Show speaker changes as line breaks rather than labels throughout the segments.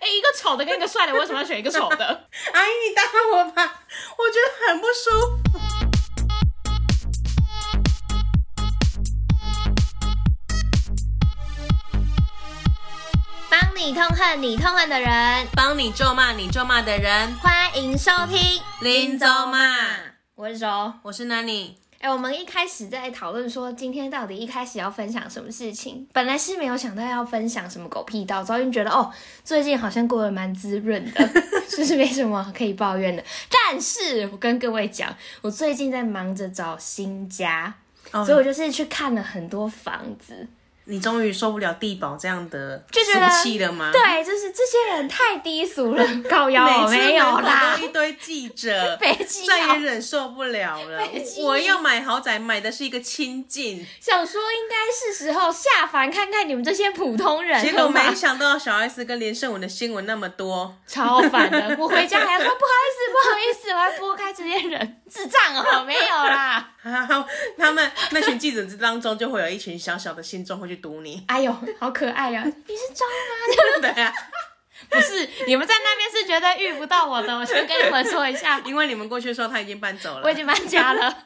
哎
丑的跟一个帅的，为什么要选一个丑 的？
阿姨，你打我吧，我觉得很不舒服。
帮你痛恨你痛恨的人，
帮你咒骂你咒骂的人，
欢迎收听
林州骂。
我是周。
我是 Nanny。
哎、我们一开始在讨论说，今天到底一开始要分享什么事情？本来是没有想到要分享什么狗屁道，早已经觉得哦，最近好像过得蛮滋润 的，就是没什么可以抱怨的。但是我跟各位讲，我最近在忙着找新家，
哦
所以我就是去看了很多房子。
你终于受不了地保这样的
就觉得
俗气了吗？，
对，啊就是这些人太低俗 了，高腰哦
每次
没有
门口
啦。
都，一堆记者
北京
再也忍受不了了
北！京
我要买豪宅，买的是一个清净，
想说应该是时候下凡看看你们这些普通人，
结果
了吧
没想到小 S 跟连胜文的新闻那么多，
超烦的。我回家还要说不好意思，不好意思，我要拨开这些人，智障哦， 没有啦。，
他们那群记者当中就会有一群小小的信众会去堵你
哎呦，好可爱呀、你是张吗？
对啊，
不是，你们在那边是觉得遇不到我的，我先跟你们说一下，
因为你们过去的时候他已经搬走
我已
了，
经搬家了。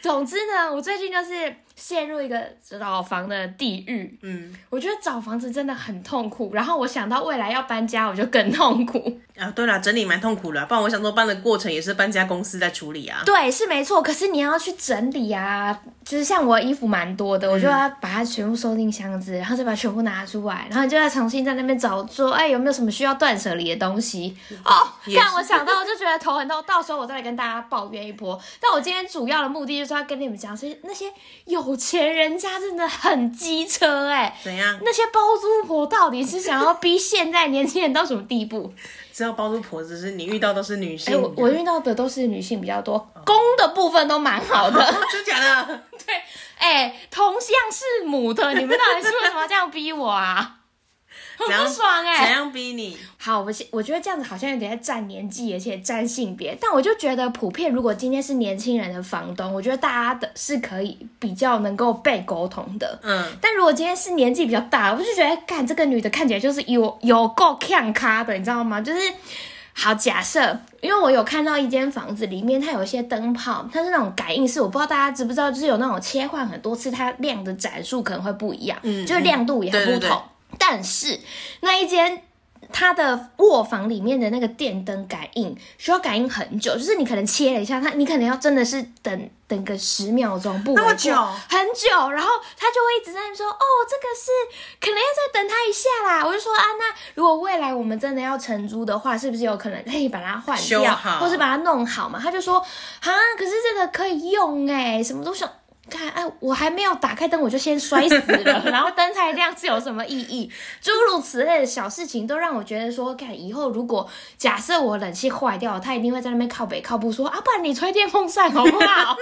总之呢，我最近就是陷入一个找房的地狱。
嗯
我觉得找房子真的很痛苦，然后我想到未来要搬家，我就更痛苦。
啊，对啦，整理蛮痛苦的啊、不然我想说搬的过程也是搬家公司在处理啊，
对，是没错。可是你要去整理啊，就是像我衣服蛮多
嗯
的，我就要把它全部收进箱子，然后再把它全部拿出来，然后就要重新在那边找，说，哎、有没有什么需要断舍离的东西？哦，
嗯也
让
是
我想到我就觉得头很痛，到时候我再来跟大家抱怨一波。但我今天主要的目的就是要跟你们讲，是那些有钱人家真的很机车哎、
怎样？
那些包租婆到底是想要逼现在年轻人到什么地步？
知道包租婆只是你遇到都是女
哎、
性，
我我遇到的都是女性比较多，
嗯
公的部分都蛮好的。
真假 的？
对，哎、同向是母的，你们到底是为什么要这样逼我 啊？很
怎样
不爽哎、
怎样逼你？
好，我现我觉得这样子好像有点在占年纪，而且占性别。但我就觉得，普遍如果今天是年轻人的房东，我觉得大家的是可以比较能够被沟通的。
嗯，
但如果今天是年纪比较大，我就觉得，干这个女的看起来就是有有够看咖的，你知道吗？就是好假设，因为我有看到一间房子里面，它有一些灯泡，它是那种感应式，我不知道大家知不知道，就是有那种切换很多次，它亮的盏数可能会不一样，
嗯
就是亮度也很不同。
对对对
但是那一间它的卧房里面的那个电灯感应需要感应很久，就是你可能切了一下它，你可能要真的是等等个十秒钟，不为
那么
过
久
很久，然后他就会一直在那边说，哦，这个是可能要再等他一下啦。我就说啊，那如果未来我们真的要承租的话，是不是有可能可以把它换
修
掉
好，
或是把它弄好嘛？他就说啊，可是这个可以用哎、什么都想。看，哎，我还没有打开灯，我就先摔死了， 然后灯才亮是有什么意义？诸如此类的小事情，都让我觉得说，看以后如果假设我冷气坏掉了，他一定会在那边靠北靠步说啊，不然你吹电风扇好不好？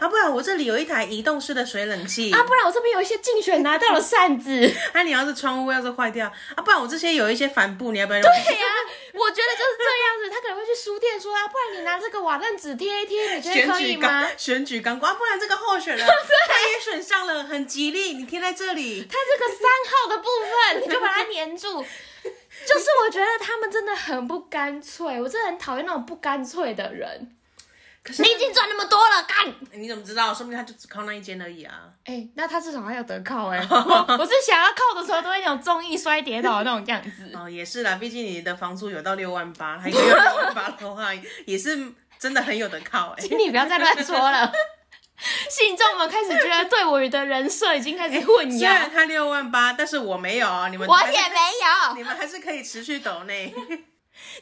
啊，不然我这里有一台移动式的水冷气，
啊，不然我这边有一些竞选拿到了扇子。 对
啊，你要是窗户要是坏掉，啊，不然我这些有一些帆布，你要不要用？
呀、啊我觉得就是这样子。他可能会去书店说啊，不然你拿这个瓦楞纸贴一贴，你觉 得
选
可以
举
吗
刚？选举刚过，啊，不然这个候选 人他也选上了，很吉利，你贴在这里。
他这个三号的部分， 你就把它粘住。就是我觉得他们真的很不干脆，我真的很讨厌那种不干脆的人。
可是
你已经赚那么多了，干！
你怎么知道？说不定他就只靠那一间而已啊。
哎、那他至少还有得靠 哎、我我是想要靠的时候都会那种中意摔跌倒的那 种样子。
哦，也是啦，毕竟你的房租有到六万八，还有六万八的话，也是真的很有得靠哎、
请你不要再乱说 了。信众们开始觉得对我的人设已经开始混
虽
淆
然，他六万八，但是我没有哦，你们
我
还是
也没
你
有。
们还是可以持续抖内。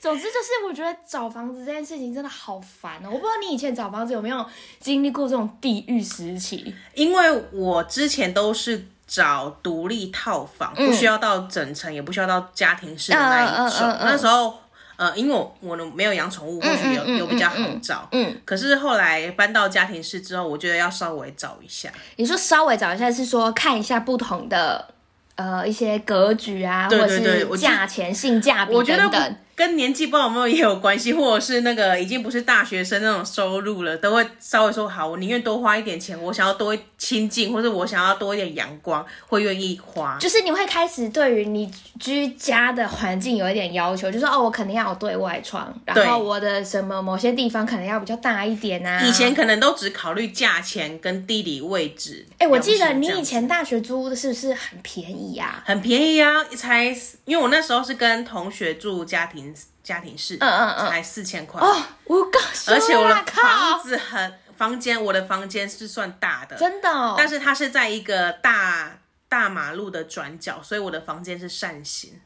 总之就是，我觉得找房子这件事情真的好烦哦。我不知道你以前找房子有没有经历过这种地狱时期？
因为我之前都是找独立套房，
嗯
不需要到整层，也不需要到家庭式的那一种。
嗯嗯嗯嗯
那时候，呃，因为我我呢没有养宠物，或许有、
嗯嗯
有比较好找。
嗯，
可是后来搬到家庭式之后，我觉得要稍微找一下，
你说稍微找一下，是说看一下不同的呃一些格局啊，啊
对
或
对
者
对
是
我觉得
价钱、性价比
我觉得
等
不
等。
跟年纪不知道有没有也有关系，或者是那个已经不是大学生那种收入了，都会稍微说好，我宁愿多花一点钱，我想要多亲近，或者我想要多一点阳光，会愿意花。
就是你会开始对于你居家的环境有一点要求，就是哦，我肯定要有对外窗，然后
对
我的什么某些地方可能要比较大一点啊。
以前可能都只考虑价钱跟地理位置。
哎、我记
两
得
种
你
这样
以前大学租的是不是很便宜啊？
很便宜啊，才因为我那时候是跟同学住家庭家庭式，
嗯嗯嗯
才四千块，
哦，我告诉
而且我的
啦
房
靠，
子很房间，我的房间是算大的，
真的、哦，
但是它是在一个大大马路的转角，所以我的房间是扇形，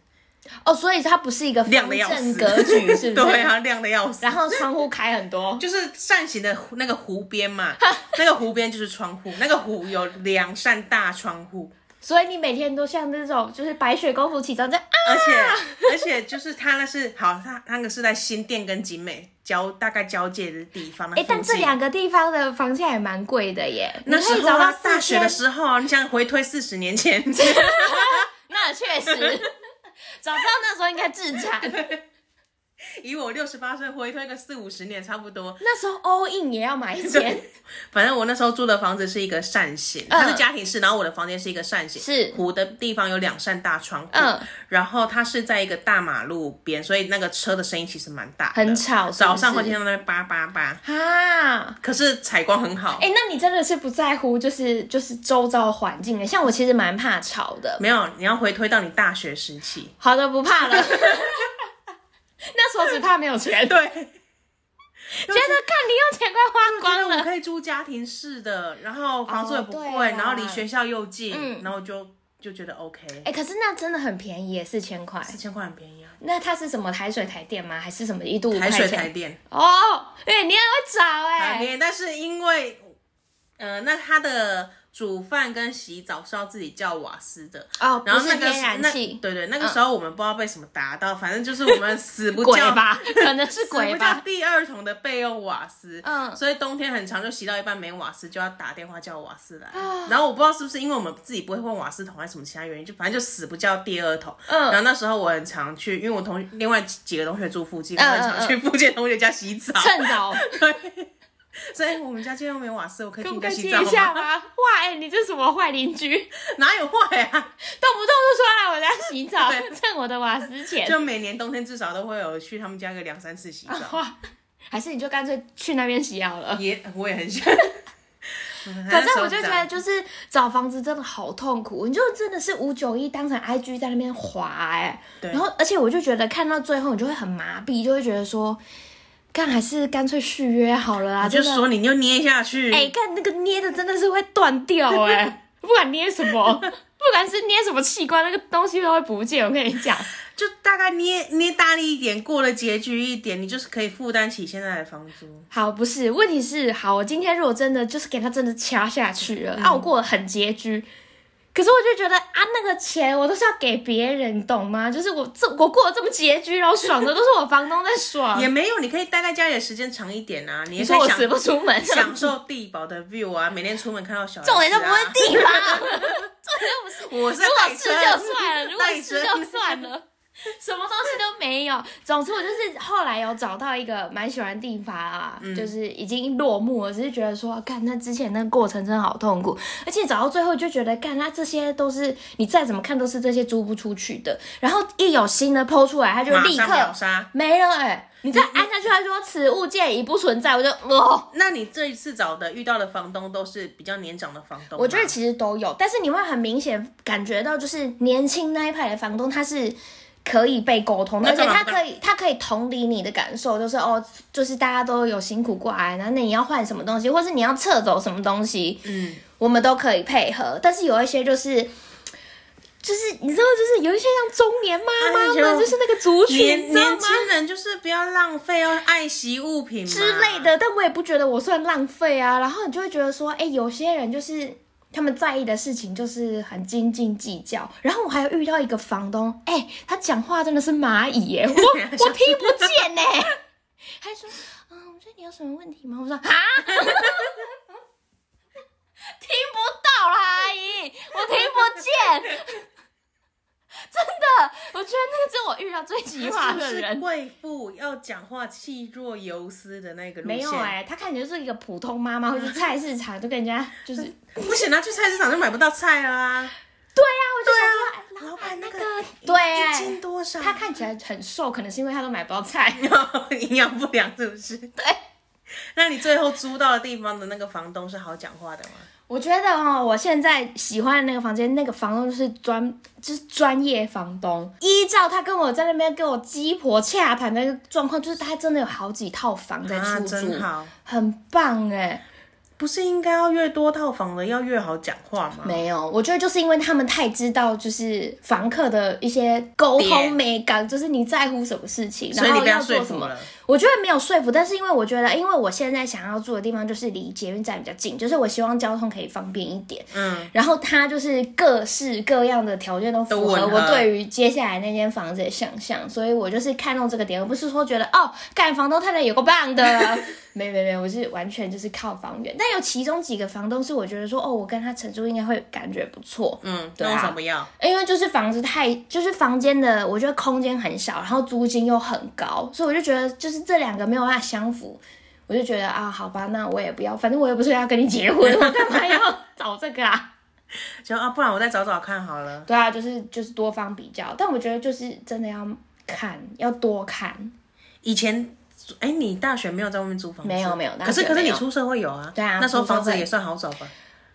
哦，所以它不是一个
亮
方
的要
正
死，
格局，是不 是？
对啊，亮的要死
然。后窗户开很多，
就是扇形的湖那个湖边 嘛，那个湖边就是窗户，那个湖有两扇大窗户，
所以你每天都像这种就是白雪公主起床在 啊，
而且而且就是它那是好，它它那个是在新店跟景美交大概交界的地方。
哎、
哎
但这两个地方的房价也蛮贵的耶。
那
你可
时
以
候
找到
啊大学的
4000
时候啊，你想回推四十年前，
那确实，早知道那时候应该自 产。
以我六十八岁回推个四五十年差不多。
那时候 all in 也要买一间，
反正我那时候住的房子是一个扇形，它是家庭式，然后我的房间是一个扇形，
嗯是
湖的地方有两扇大窗户，
嗯，
然后它是在一个大马路边，所以那个车的声音其实蛮大的，
很吵是不是
早上会听到那边叭叭叭，
啊。
可是采光很好，
哎、那你真的是不在乎，就是就是周遭环境的。像我其实蛮怕吵的，
没有，你要回推到你大学时期。
好的不 怕了。 那时候只怕没有钱，觉
对，
得看零用钱快花光
我
了。
可以住家庭式的，然后房租也不
哦
贵，
对啦
然后离学校又近，
嗯
然后就就觉得 OK，
哎、可是那真的很便宜耶，四千块。
四千块很便宜啊。
那它是什么台水台电吗？还是什么一度五块
台
钱？
水台电，
哦，哎、你很会找
台
哎、
电，但是因为呃，那它的煮饭跟洗澡是要自己叫瓦斯的。
哦，
然后
不
那
是
个
天然
那
气，嗯
对对，那个时候我们不知道被什么打到，反正就是我们死不
鬼
叫
吧，可能是
死
鬼
不叫
吧。
第二桶的备用瓦斯，
嗯
所以冬天很长，就洗到一半没瓦斯，就要打电话叫瓦斯来。
啊
然后我不知道是不是因为我们自己不会换瓦斯桶，还是什么其他原因，就反正就死不叫第二桶。然
嗯，
后那时候我很常去，因为我同另外几个同学住附近，我
嗯
很常去附近同学家洗澡，
趁早，
所以我们家今天又没瓦斯，我可以
可
去
不
你
可
家洗
以接
澡
一下
吗？
吗？哇，哎、你这什么坏邻居，动
哪有坏啊？
不动就说来我家洗 澡
对，
趁我的瓦斯钱。
就每年冬天至少都会有去他们家个两三次洗澡，
哇，还是你就干脆去那边洗好了。
也我也很想。
反
反
正我就觉得，就是找房子真的好痛苦，你就真的是五九一当成 IG 在那边滑哎、
对
然后而且我就觉得看到最后你就会很麻痹，就会觉得说，干还是干脆续约好了啊，
就
真的。
说你就捏下去，
哎、看那个捏的真的是会断 掉哎、不管捏什 么，不管是捏什么器官，那个东西都会不见。我跟你讲，
就大概捏捏大力一点，过了拮据一点，你就是可以负担起现在的房租。
好，不是，问题是，好，我今天如果真的就是给他真的掐下去了，啊，我过得很拮据。可是我就觉得啊，那个钱我都是要给别人，你懂吗？就是我这我过得这么拮据，然后爽的都是我房东在爽。
也没有，你可以待在家里的时间长一点啊，你也
你
可
说
以
我死
享
不出门，
享受地堡的 view 啊，每天出门看到小、啊、
重点就不会地方，重点就不是
我是
如果
代
是
称
就算 了，如果
代
是
称
就算了，什么东西都没有。总之，我就是后来有找到一个蛮喜欢的地方啊，就是已经落幕了，只是觉得说，啊干那之前那个过程真的好痛苦，而且找到最后就觉得，干那这些都是你再怎么看都是这些租不出去的，然后一有新的抛出来，他就
马
立
上秒
刻
杀。
没了哎、你再按下去，他说此物件已不存在，我就哦，
那你这一次找的遇到的房东都是比较年长的房东吗，
我觉得其实都有，但是你会很明显感觉到，就是年轻那一派的房东他是可以被沟通的，
那
而且
干嘛
他可以他可以同理你的感受，就是哦，就是大家都有辛苦过来，然后那你要换什么东西，或是你要撤走什么东西，
嗯，
我们都可以配合。但是有一些就是。就是你知道，就是有一些像中年妈妈
哎
们，
呦
就是那个族群，
年
你知道
年
吗？
轻人就是不要浪费哦，爱惜物品嘛
之类。的，但我也不觉得我算浪费啊。然后你就会觉得说，哎、有些人就是他们在意的事情就是很斤斤计较。然后我还有遇到一个房东，哎、他讲话真的是蚂蚁耶、我我听不见呢、还说，嗯，我说你有什么问题吗？我说 啊， 听不到啦，阿姨，我听不见，真的。的，我觉得那个是我遇到最奇葩
她
的
是不是
人。
贵妇要讲话气若游丝的那个路线，
没有哎、她看起来就是一个普通妈妈，会去菜市场就跟人家就是， 对
不行啊，去菜市场就买不到菜了啊。
啊，我就想说，哎
老板那个
对
一
哎、
斤多少？
她看起来很瘦，可能是因为她都买不到菜。
营养不良是不是？对。那你最后租到的地方的那个房东是好讲话的吗？
我觉得哦，我现在喜欢的那个房间，那个房东就是专就是专业房东，依照他跟我在那边跟我鸡婆洽谈的一个状况，就是他真的有好几套房在
啊，
出租，
真好，
很棒哎、
不是应该要越多套房的要越好讲话吗？
没有，我觉得就是因为他们太知道就是房客的一些沟
点
通美感，就是你在乎什么事情，
所以
然
你
后
被他
要
说
做什
服
么
了。。
我觉得没有说服，但是因为我觉得，因为我现在想要住的地方就是离捷运站比较近，就是我希望交通可以方便一点。
嗯，
然后它就是各式各样的条件都符
都
合
吻合
我对于接下来那间房子的想象，所以我就是看中这个点，而不是说觉得哦，干房东太太有个棒的， 没没没，我是完全就是靠房源。但有其中几个房东是我觉得说哦，我跟他承租应该会感觉不错，
嗯，
对
那
啊
为什么要？
因为就是房子太，就是房间的，我觉得空间很小，然后租金又很高，所以我就觉得就是这两个没有办法相符，我就觉得啊，好吧，那我也不要，反正我也不是要跟你结婚，我干嘛要找这个啊？
就啊，不然我再找找看好了。
对啊，就是就是多方比较，但我觉得就是真的要看，要多看。
以前，哎，你大学没有在外面租房子？
没有没有大学
可是可是
没
你
有
出社会有啊？
对啊
那时候
出社会
房子也算好找吧？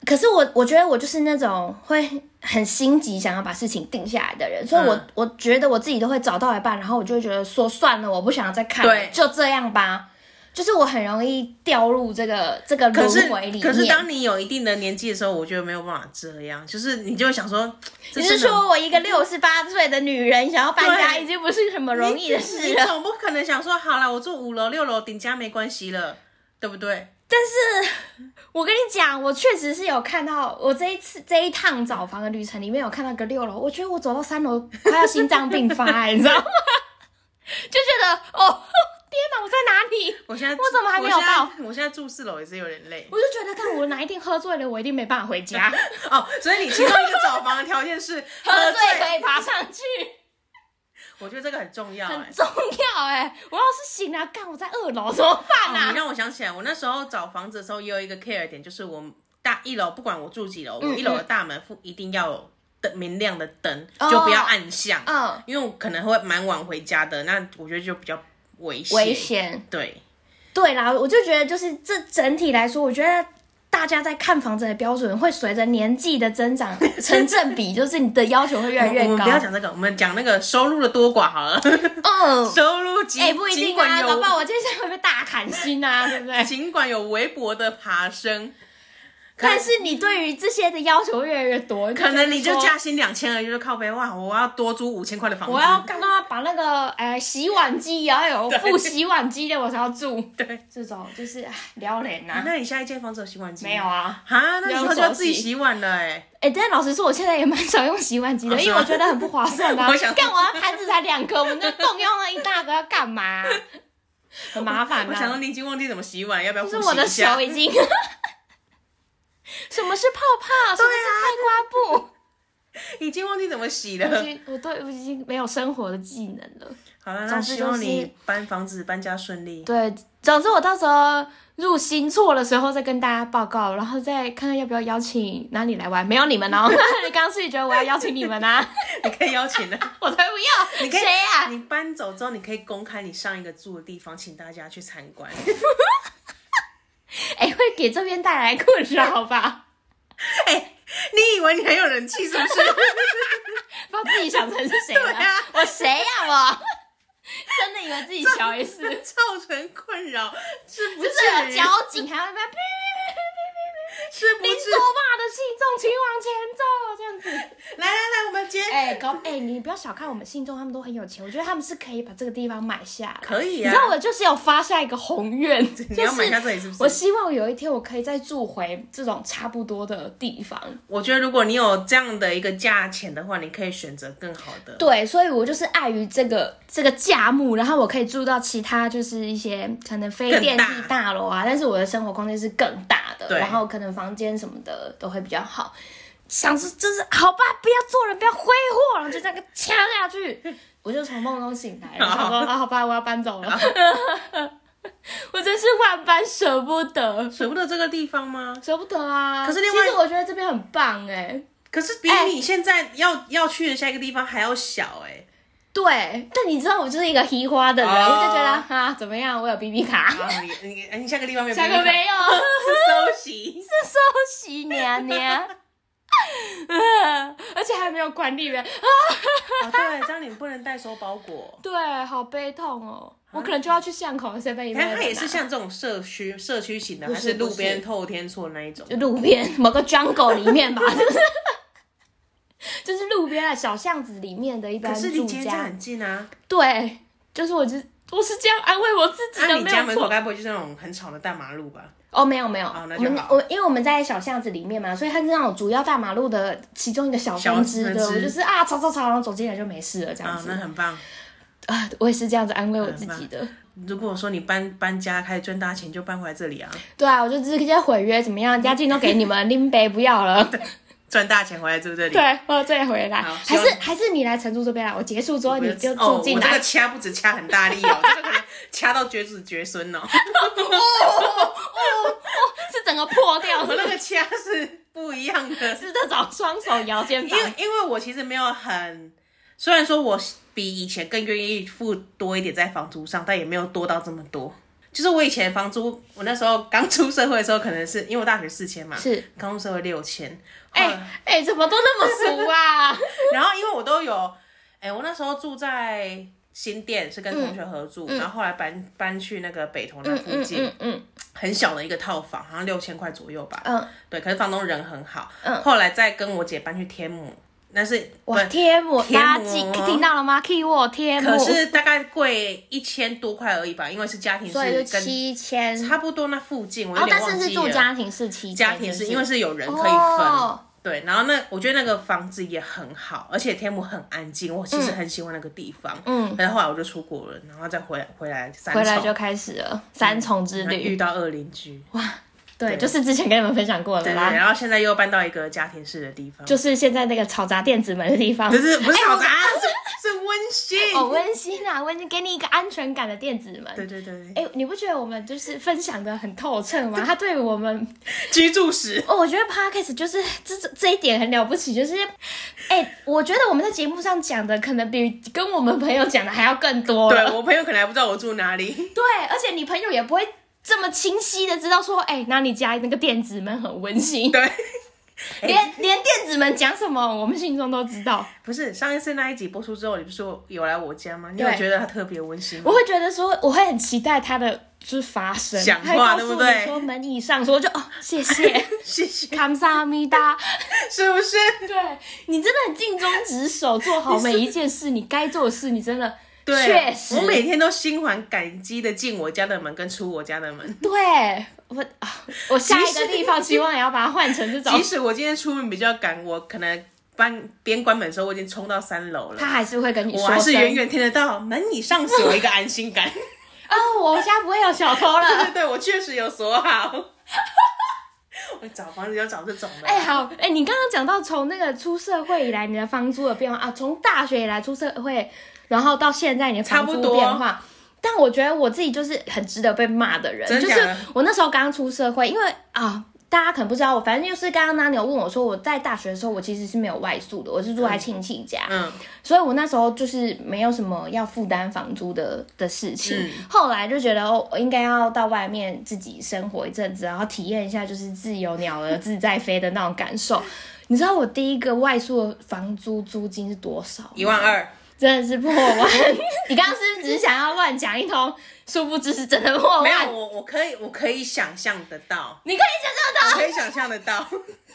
可是我我觉得我就是那种会很心急，想要把事情定下来的人，所以我、
嗯
我觉得我自己都会找到一半，然后我就会觉得说算了，我不想再看
对
了，就这样吧。就是我很容易掉入这个这个
可
轮
是
回里面。
可是当你有一定的年纪的时候，我觉得没有办法这样，就是你就会想说，这
你是
真的
说我一个六十八岁的女人想要搬家，
嗯对
已经不是什么容易的事
啊你
了？
总不可能想说，好了，我住五楼、六楼顶家没关系了，对不对？
我跟你讲，我确实是有看到，我这一次这一趟找房的旅程里面有看到一个六楼，我觉得我走到三楼快要心脏病发、欸，你知道吗？ 就觉得哦，天哪，我在哪里？
我现在
我怎么还没有
我现在
报？
我现在住四楼也是有点累
我就觉得，看我哪一天喝醉了，我一定没办法回家，
哦，所以你其中一个找房的条件是
喝
喝
醉可以爬上去，
我觉得这个很重要、哎
很重要哎、我要是醒了，干我在二楼怎么办
哦，
啊
你？让我想起来，我那时候找房子的时候也有一个 care 点，就是我大一楼不管我住几楼，我
嗯
一楼的大门附一定要有灯明亮的灯，
哦
就不要暗巷，
嗯，
因为我可能会蛮晚回家的，那我觉得就比较危险。
危险。
对，
对啦，我就觉得就是这整体来说，我觉得大家在看房子的标准会随着年纪的 增长成正比，就是你的要求会越来越
我们
高
不。要讲这个，我们讲那个收入的多寡好 了。
嗯，
收入尽
哎、不一
尽
定
管
啊，
有
搞不好我接下来会被大砍薪啊，对不对？
尽管有微薄的爬升， 可
但是你对于这些的要求越来越多，
可能你就
加。
加薪两千而已，就是靠背哇，我要多租五千块的房子。
我要看到他把那个呃洗碗机 也要有附洗碗机的，我才要住。
对，
这种就是唉撩人呐、啊。
那你下一间房子有洗碗机吗
没有？啊，
啊，那你以后就要自己洗碗了哎、
哎、但老实说，我现在也蛮少用洗碗机
啊
的，
是吗
因为我觉得很不划算 啊。
我想
干我那盘子才两个，我们那共用了一大个要干嘛、 很麻烦
我想说
啊。
你已经忘记怎么洗碗，要不要复
就是
习
我的
一下
手已经，什么是泡泡？什么
啊
是菜瓜布？
已经忘记怎么洗
我已
了。
经，我都我已经没有生活的技能了。
好了，那
总之
希望
就是
你搬房子搬家顺利。
对，总之我到时候入新错的时候再跟大家报告，然后再看看要不要邀请哪里来玩。没有你们哦， 你刚刚是不是觉得我要邀请你们啊？
你可以邀请的，
我才不要，
你可以
谁啊呀、
你搬走之后，你可以公开你上一个住的地方，请大家去参观。
哎、会给这边带来困扰吧？
哎、你以为你很有人气是不是？
把自己想成是谁
对
了？
啊
我谁呀、我？ 真的以为自己小 S，就
造成困扰，是不至
是
于
有，交警还会被
是不
林
至
卓玛的信众，请往前走这样子。
来来来，我们接，
哎、高哎、你不要小看我们信众，他们都很有钱，我觉得他们是可以把这个地方买下来。
可以啊
你知道我就是有发下一个宏 愿，
你
就
要买下
是
这里是不是？
我希望有一天我可以再住回这种差不多的地方。
我觉得如果你有这样的一个价钱的话，你可以选择更好的。
对，所以我就是碍于这个这个价目，然后我可以住到其他就是一些可能非
更
电
大
梯大楼啊，但是我的生活空间是更大的，
对
然后可能房间什么的都会比较好。想着就是好吧，不要做人，不要挥霍，然后就这样给掐下去。 我就从梦中醒来，然后想说啊，好吧，我要搬走了。 我真是万般舍不得，
舍不得这个地方吗？
舍不得啊。
可是另外
其实我觉得这边很棒哎、
可是比
哎
你现在要、要去的下一个地方还要小哎、
对，但你知道我就是一个黑花的人，
哦
我就觉得哈、啊，怎么样，我有 BB 卡，
啊，你你你 下个地方没有？
下个没 有，
是休息。
这收息娘娘。 而且还没有管理员，
哦，对，这样你们不能代收包 裹。
对，好悲痛哦！我可能就要去巷口 s e v e
但它也啊是像这种社区社区型的，还
是
是路边
不是
透天厝的那一种？
路边 某个 jungle 里面吧， 就是就是路边啊小巷子里面的一般
可是
住
离捷运站
家
很。近啊，
对，就是我就是我是这样安慰我自己
那
的，
啊你
没
家门
有
口
错。
该不会就是那种很吵的大马路吧？
哦，没有没有，
哦那
我
就
们
好
我因为我们在小巷子里面嘛，所以它是那种主要大马路的其中一个小
小
分支
分
的，
支
我就是啊吵吵吵，然后走进来就没事了这样
啊，
子
那很棒。
啊，我也是这样子安慰我自己
嗯
的。
如果说你搬搬家开始赚大钱，就搬回来这里啊，
对啊，我就直接毁约怎么样，押金都给你 们，拎杯不要了。
赚大钱回来住这里。，
对，啊我再回来，
好
还
希
是
望
还是你来承租这边啊来，我结束之后
我
你就
哦，
住
我
进
这
来。
个掐不止掐很大力哦， 这个可能掐到绝子绝 孙哦。
是整个破掉
我
的，
那个掐是不一样的，
是这种双手摇肩
因
膀。
为因为我其实没有很，虽然说我比以前更愿意付多一点在房租上，但也没有多到这么多。就是我以前房租，我那时候刚出社会的时候，可能是因为我大学四千嘛，
是，
刚出社会六千，
哎、
后来
哎、怎么都那么俗 啊？
然后因为我都有，哎、我那时候住在新店，是跟同学合住，然后后来搬搬去那个北投那附
嗯嗯
近，
嗯嗯
很小的一个套房，好像六千块左右吧。
嗯，
对，可是房东人很好。
嗯
后来再跟我姐搬去天母，那是
哇，
不
贴膜
贴
垃
膜啊
圾，听到了吗？Key 我贴膜，
可是大概贵一千多块而已吧，因为是家庭
所以就
是跟
七千，
差不多那附近，我
然
有
后
点
但
忘
是是
记
住
了。
家庭是七千，
家庭是因为
是
是有人可以分，
哦
对。然后那我觉得那个房子也很好，而且天母很安静，我其实很喜欢那个地方。
嗯，
但是后来我就出国了，然后再回来回来三
回来
重
就开始了三重之
然后
旅。
遇到二邻居，
对，就是之前跟你们分享过的
对，
啦，
然后现在又搬到一个家庭式的地方，
就是现在那个吵杂电子门的地方
不。是不是
哎
吵
我
杂，是是温馨。
哦，温馨啊，温馨，给你一个安全感的电子门。
对对对，
哎、你不觉得我们就是分享的很透彻吗？他对我们，
居住史。
哦，我觉得 podcast 就是这这这一点很了不起，就是， 哎、我觉得我们在节目上讲的，可能比跟我们朋友讲的还要更多
对
了。
我朋友可能还不知道我住哪 里，
对，而且你朋友也不会这么清晰的知道说，哎、那你家那个电子门很温馨，
对。哎
连连电子门讲什么，我们心中都知道。
不是上一次那一集播出之后，你不是说有来我家吗？你有
对
觉得他特别温馨吗
我？会觉得说，我会很期待它的就是发生，
讲
还
话
告诉
对不对
你说门以上说就哦，谢 谢，
谢谢，
感谢阿弥达。
是不是？
对你真的很尽忠职守，做好每一件事，你该做的事，你真的
对，
确实
我每天都心怀感激的进我家的门跟出我家的门，
对我啊，我下一
即
个
使
地方希望也要把它换成这 种
即，使我今天出门比较赶，我可能搬边关门的时候，我已经冲到三楼
他
了。
还是会跟你
我
说
还是
声
远远听得到门以上锁，一个安心 感。
哦，我家不会有小偷
对
了。
对对，我确实有锁好。我找房子就找这种的。
哎、好，哎、你刚刚讲到从那个出社会以来你的房租的变化啊，从大学以来出社会，然后到现在你的房
差
租
不多
变化。但我觉得我自己就是很值得被骂的人，
真
就
假
是
的
我那时候刚出社会，因为啊，大家可能不知道，我反正就是刚刚 Nani 有问我说，我在大学的时候我其实是没有外宿的，我是住在亲戚家，
嗯，
所以我那时候就是没有什么要负担房租的的事情。
嗯
后来就觉得哦，我应该要到外面自己生活一阵子，然后体验一下就是自由鸟儿自在飞的那种感 受。你知道我第一个外宿的房租租金是多少？
一万，二。
真的是破万。你刚刚是不是只是想要乱讲一通，殊不知是真的破
没
万
有，。我我可以，我可以想象得到。
啊你可以想象到
我可以想象得到，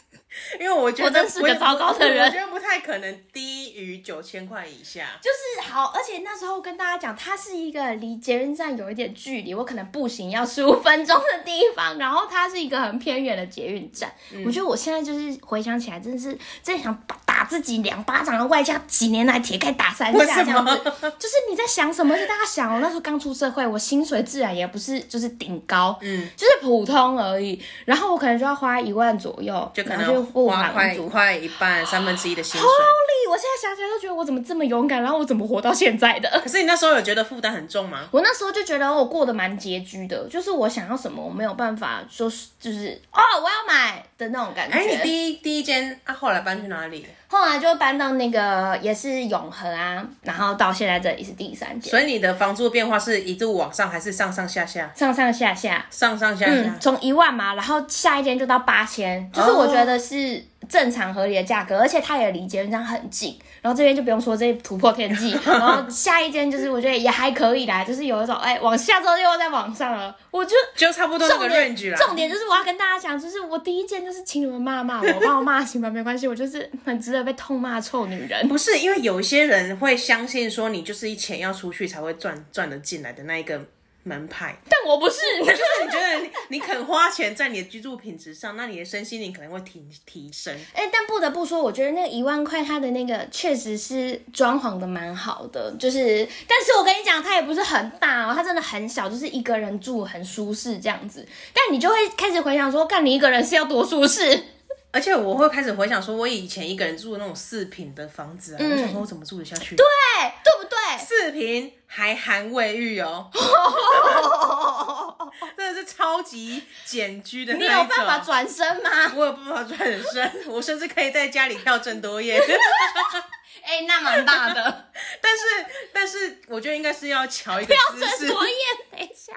因为我觉得
我真是个
不
糟糕的人
我觉得不太可能低于九千块以下。
就是好，而且那时候跟大家讲，它是一个离捷运站有一点距离，我可能步行要十五分钟的地方，然
嗯
后它是一个很偏远的捷运站。我觉得我现在就是回想起来，真的是真的想把打打自己两巴掌，然后外加几年来铁盖打三
为
下
什
这样
么
子，就是你在想什么？而且大家想，我那时候刚出社会，我薪水自然也不是就是顶高，
嗯，
就是普通而已。然后我可能就要花一万左右，
就可
然后就
能
付
花
房
快
租。
快一半三分之一的薪水。
Holy！我现在想起来都觉得我怎么这么勇敢，然后我怎么活到现在的？
可是你那时候有觉得负担很重吗？
我那时候就觉得我过得蛮拮据的，就是我想要什么，我没有办法，就是就是哦，我要买的那种感觉。
哎，你第一第一间啊，后来搬去哪里？
后来就搬到那个也是永和啊，然后到现在这里是第三间，
所以你的房租变化是一度往上，还是上上下下？
上上下下，
上上下
嗯，
下。
从一万嘛，然后下一间就到八千，就是我觉得是正常合理的价格，而且它也离捷运站很近，然后这边就不用说，这突破天际， 然后下一间就是我觉得也还可以啦，就是有一种哎、往下之后又在往上了，我就
就差不多那
重
个
点
range 啦。
重点就是我要跟大家讲，就是我第一件就是请你们骂骂我，把我骂醒吧，没关系，我就是很值得被痛骂的臭女人。
不是因为有一些人会相信说你就是钱要出去才会赚赚得进来的那一个门派，
但我不是，
就是你觉得你你肯花钱在你的居住品质上，那你的身心灵可能会提提升。
哎、但不得不说，我觉得那一万块它的那个确实是装潢的蛮好的，就是，但是我跟你讲，它也不是很大哦，它真的很小，就是一个人住很舒适这样子。但你就会开始回想说，干你一个人是要多舒 适？
而且我会开始回想说，我以前一个人住的那种四平的房子
嗯
啊，我想说我怎么住得下去？对，
哎，对不对？
四平还含卫浴 哦，真的是超级简居的那
你
一
有
种。
办法转身 吗？
我有办法转身，我甚至可以在家里跳郑多 燕。
哎、那蛮大 的。
但是，但是我觉得应该是要瞧一个姿
这
势。
昨夜，等一下，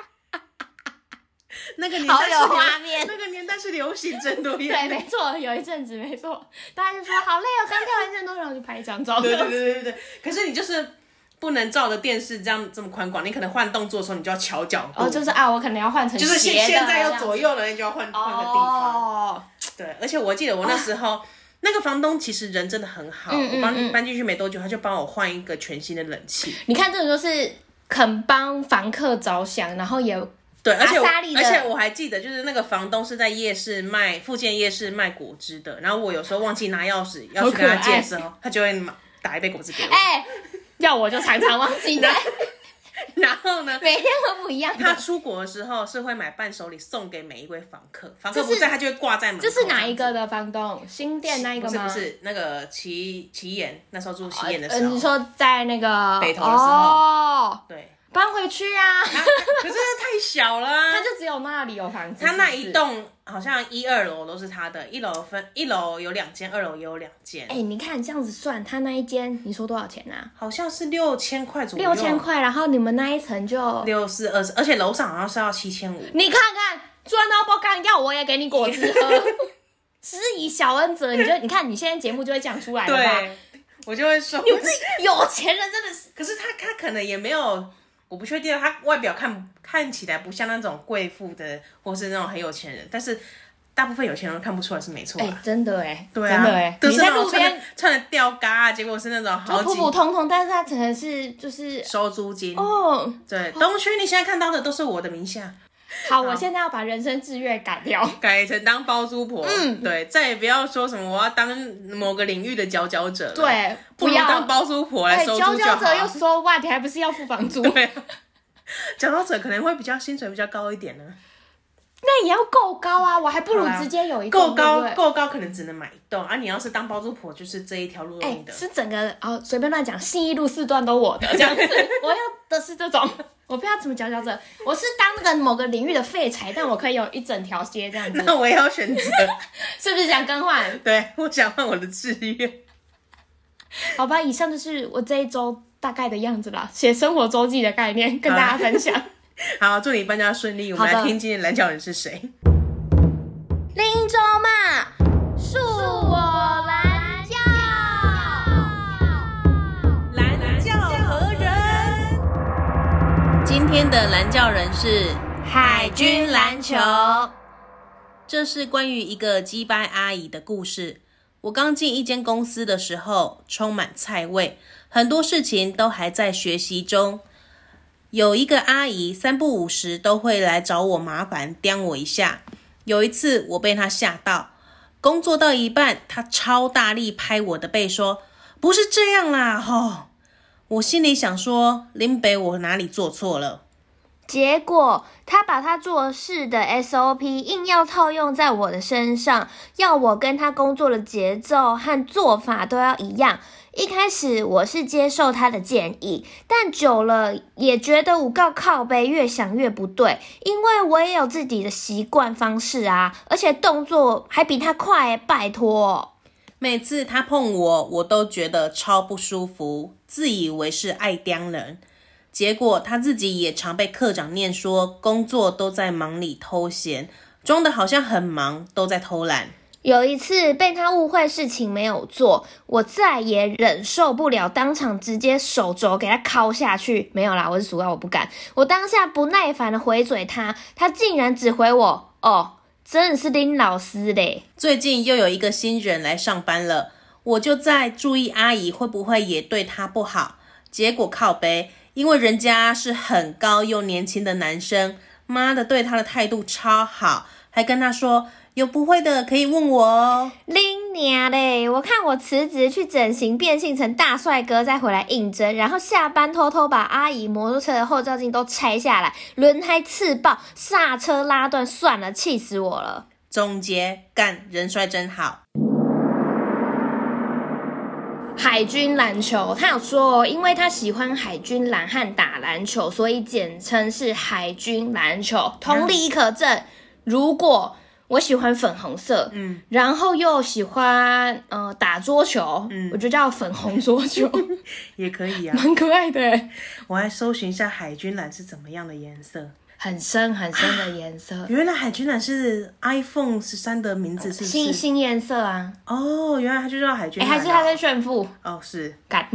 那个年
好
代是
有
流
画面
那个年代是流行郑多
对，
燕。
没错，有一阵子没错，大家就说好累哦，刚跳完这多，然后就拍一张照。
对对对对对。可是你就是不能照着电视这样这么宽广，你可能换动作的时候，你就要瞧脚步。
哦，就是啊，我可能要换成
就是
斜
现
的啊
现在
这
要
样子
左右了，你就要换换个地方。
哦，
对，而且我记得我那时候、那个房东其实人真的很好，
嗯嗯
我
嗯
搬搬进去没多久，他就帮我换一个全新的冷气。
你看，这种就是肯帮房客着想，然后也
对，而且我
阿萨利的
而且我还记得，就是那个房东是在夜市卖附近夜市卖果汁的，然后我有时候忘记拿钥匙要
好
去跟他
可
借
爱
的时候，他就会买打一杯果汁给我。
哎、要我就常 常忘记带，
然后呢，
每天都不一样
他
的。
出国的时候是会买伴手礼送给每一位房客，房客
这是
不在他就会挂在门口。
这是哪一个？的房东？新店那一
不
个
是
吗？
不是那个齐齐岩，那时候住齐
呃，
岩的时候，
你说在那个
北投的时候
哦，
对，
搬回去
啊
啊，
可是太小了啊、
他就只有那里有房子，
他那
是不
一
是。
栋好像一二楼都是他的，一楼分一楼有两间，二楼也有两间，
哎、你看这样子算，他那一间你说多少钱啊？
好像是六千块左右，
六千，块，然后你们那一层就，
六四二十，而且楼上好像是要七千五。
你看看赚到爆干，要我也给你果 汁喝。施以小恩泽，你就你看你现在节目就会讲出来了吧？
对，我就会说，
你们这有钱人真的是，
可是他他可能也没有，我不确定，啊他外表看看起来不像那种贵妇的，或是那种很有钱人，但是大部分有钱人都看不出来是没错
哎、
啊。
真的哎、
对啊，
真的哎、
都
你
是
在
那种
路
穿
边
的穿的吊嘎啊，结果是那种好
就普
几
普通通，但是他可能是就是
收租金。
哦，
对，东区你现在看到的都是我的名下，
好，我现在要把人生志愿改 掉。
改成当包租婆。嗯，对，再也不要说什么我要当某个领域的佼佼者了。
对，
不
不
如当
要。
包租婆来
哎，
收租
佼佼
好
者又收外，你还不是要付 房租？
对啊，佼佼者可能会比较薪水比较高一点呢，
那也要够高啊！我还不如
好啦
直接有一栋
够高
对不对
够高可能只能买一栋啊。你要是当包租婆，就是这一条路用
哎
你，的。
是整个哦，随便乱讲，信义路四段都我的 这样子，我要的是这种，我不要什么佼佼者，我是当那个某个领域的废柴，但我可以有一整条街这样子，
那我也要选择，
是不是想更换？
对我想换我的志愿。
好吧，以上就是我这一周大概的样子啦，写生活周记的概念跟大家分享。
好，祝你搬家顺利。我们
好
来
的
听今天蓝角人是谁。
林州嘛，恕我蓝教。
蓝教何人？今天的蓝教人是海军篮球。这是关于一个鸡掰阿姨的故事。我刚进一间公司的时候，充满菜味，很多事情都还在学习中。有一个阿姨三不五时都会来找我麻烦，刁我一下。有一次我被她吓到，工作到一半，他超大力拍我的背说：“不是这样啦，吼、我心里想说，林北，我哪里做错了？
结果他把他做事的 SOP 硬要套用在我的身上，要我跟他工作的节奏和做法都要一样。一开始我是接受他的建议，但久了也觉得五告靠背，越想越不对，因为我也有自己的习惯方式啊，而且动作还比他快、拜托。
每次他碰我，我都觉得超不舒服，自以为是爱刁人。结果他自己也常被课长念说，工作都在忙里偷闲，装的好像很忙，都在偷懒。
有一次被他误会事情没有做，我再也忍受不了，当场直接手肘给他敲下去。没有啦，我是俗啊，我不敢。我当下不耐烦的回嘴他，他竟然只回我：“哦，真的是林老师嘞。
最近又有一个新人来上班了，我就在注意阿姨会不会也对她不好。结果靠背，因为人家是很高又年轻的男生，妈的对他的态度超好，还跟他说有不会的可以问我哦。”
拎娘嘞！我看我辞职去整形变性成大帅哥，再回来应征，然后下班偷偷把阿姨摩托车的后照镜都拆下来，轮胎刺爆，刹车拉断，算了，气死我了。
总结干人帅真好，
海军篮球，他有说哦，因为他喜欢海军篮和打篮球，所以简称是海军篮球。同理可证，如果我喜欢粉红色，嗯，然后又喜欢呃打桌球，嗯，我就叫粉红桌 球，
也可以啊。
蛮可爱的，
我还搜寻一下海军蓝是怎么样的颜色。
很深很深的颜色，
原来海军蓝是 iPhone 十三的名字，是
新
不是？
新颜色啊，
哦，原来它就叫海军
哎、
蓝、
还是他在炫富，
哦，是
干，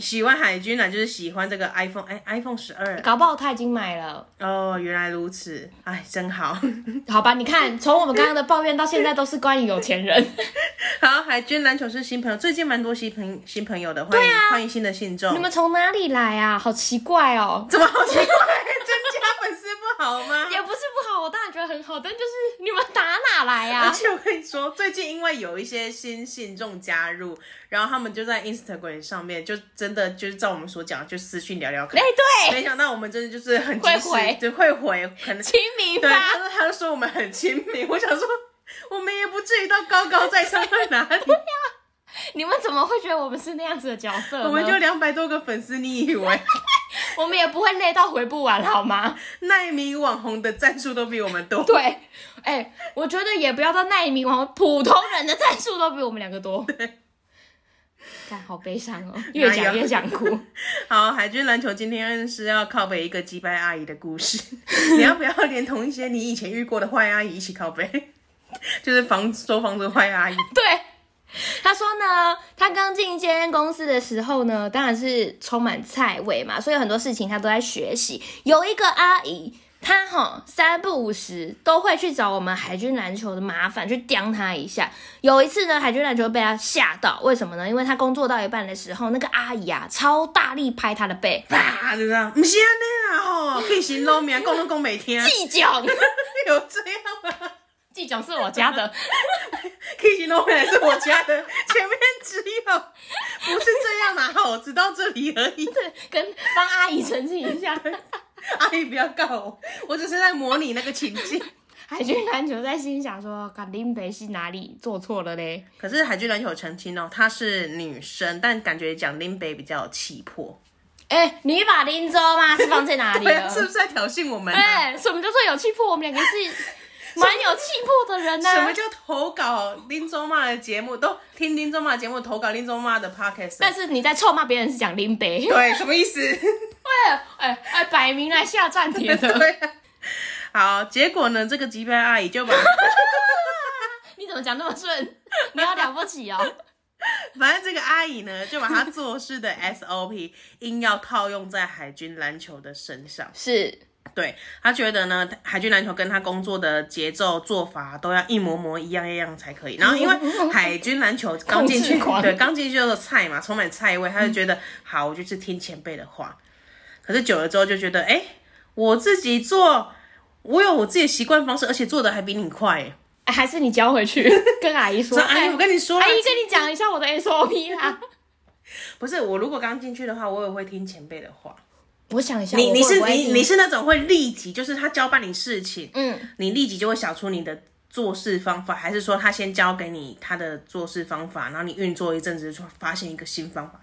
喜欢海军啊蓝就是喜欢这个 iPhone，哎，iPhone 十二。
搞不好他已经买了。
哦，原来如此，哎，真好。
好吧，你看，从我们刚刚的抱怨到现在，都是关于有钱人。
好，海军篮球是新朋友，最近蛮多新朋新朋友的，欢迎、欢迎新的信众。
啊你们从哪里来啊？好奇怪哦！
怎么好奇怪？增加粉丝不好吗？
也不是不好，我当然觉得很好，但就是你们打哪来
而
啊？
且我跟你说，最近因为有一些新信众加入，然后他们就在 Instagram 上面，就真的就是照我们所讲，就私讯聊聊看。
哎、对，
没想到我们真的就是很及
会
时
回
对，会回，可能
亲 民
对，他
吧？
说他就说我们很亲民，我想说我们也不至于到高高在上到哪里，
你们怎么会觉得我们是那样子的角色呢？
我们就两百多个粉丝，你以为
我们也不会累到回不完，好吗？
奈米网红的赞数都比我们多？
对，哎、我觉得也不要到那一名王，普通人的战术都比我们两个 多。看，好悲伤哦，越
哪有
讲越想哭。
好，海军篮球今天是要靠背一个击败阿姨的故事， 你要不要连同一些你以前遇过的坏阿姨一起靠背？ 就是房收房租坏阿姨，
对，他说呢，他刚进一间公司的时候呢，当然是充满菜味嘛，所以很多事情他都在学习。有一个阿姨，她哈三不五时都会去找我们海军篮球的麻烦，去刁他一下。有一次呢，海军篮球被他吓到，为什么呢？因为他工作到一半的时候，那个阿姨啊，超大力拍他的背，
啪就这样，不是安尼啦吼，可以行捞名，讲都讲没听，啊
季 囧，
有这样吗？
季囧是我家的，
K 型都回来是我家的，前面只有不是这样啦，我只到这里而已。
对，跟帮阿姨澄清一下。
阿姨不要告我，我只是在模拟那个情境。
海军篮球在心想说：“卡林北是哪里做错了嘞？”
可是海军篮球澄清哦，她是女生，但感觉讲林北比较有气魄，
哎、你把林州吗是放在哪里
对啊，
了？
是不是在挑衅我们、啊？
哎、什么叫做有气魄？我们两个 是蛮有气魄的
啊
人呐、
什么叫投稿林周骂的节目？都听林周骂的节目，投稿林周骂的 podcast。
但是你在臭骂别人是讲林北，
对，什么意思？
哎哎哎，摆明来下站帖的。
对、啊。好，结果呢，这个击败阿姨就把
你怎么讲那么顺？你要了不起 哦！
反正这个阿姨呢，就把她做事的 SOP 硬要套用在海军篮球的身上。
是
对她觉得呢，海军篮球跟她工作的节奏做法都要一模模一样一样才可以。然后因 为海军篮球刚进去
控制，狂
对，刚进去就是菜嘛，充满菜味，她就觉得好，我就是听前辈的话。可是久了之后就觉得，哎、我自己做，我有我自己的习惯方式，而且做的还比你快耶。
哎还是你交回 去跟阿姨说。
说阿姨，
哎
我跟你说啦，哎
阿姨跟你讲一下我的 SOP 啦。
不是我如果刚进去的话，我也会听前辈的话。
我想一下，
你
我
你
会
是
不会
你
听
你是那种会立即，就是他交办你事情，
嗯，
你立即就会想出你的做事方法，还是说他先教给你他的做事方法，然后你运作一阵子，就发现一个新方法？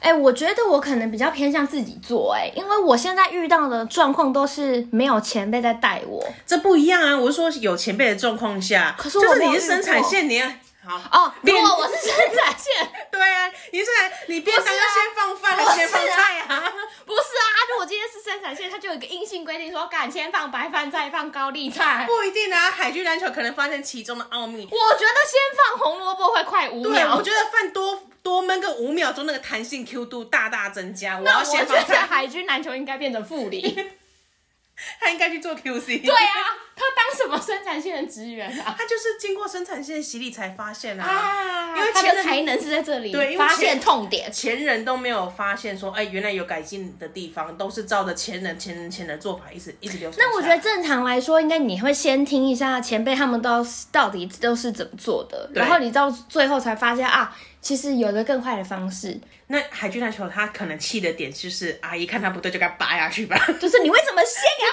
哎、我觉得我可能比较偏向自己做、哎，因为我现在遇到的状况都是没有前辈在带我。
这不一样啊！我是说有前辈的状况下，
可是我
就是
没有
你
遇
是生产
过
线，你要好
哦，如
便
果我是生产线，
对啊，你是你便当
不
要
是啊
先放饭还
不是
是先放
啊
菜啊？
不是啊，如果今天是生产线，它就有一个硬性规定说，敢先放白饭，再放高丽菜。
不一定啊，海军篮球可能发现其中的奥秘。
我觉得先放红萝卜会快五
对，啊
秒，
我觉得饭多多焖个五秒钟，那个弹性 Q 度大大增加。我
那
要
我
先
觉得
放菜，
海军篮球应该变成副理。
他应该去做 QC。
对啊，他当什么生产线的职员啊？
他就是经过生产线洗礼才发现啊，
啊，
因为
他
前
的
人
才能是在这里，
对因为
发
前
现痛点。
前人都没有发现说，哎、原来有改进的地方，都是照着前人、前人、前人的做法一直一直流传下来。
那我觉得正常来说，应该你会先听一下前辈他们都到底都是怎么做的，
对
然后你到最后才发现啊，其实有一个更快的方式，
那海军篮球他可能气的点就是，阿姨看他不对就给他扒下 去吧。
就是你为什么先给他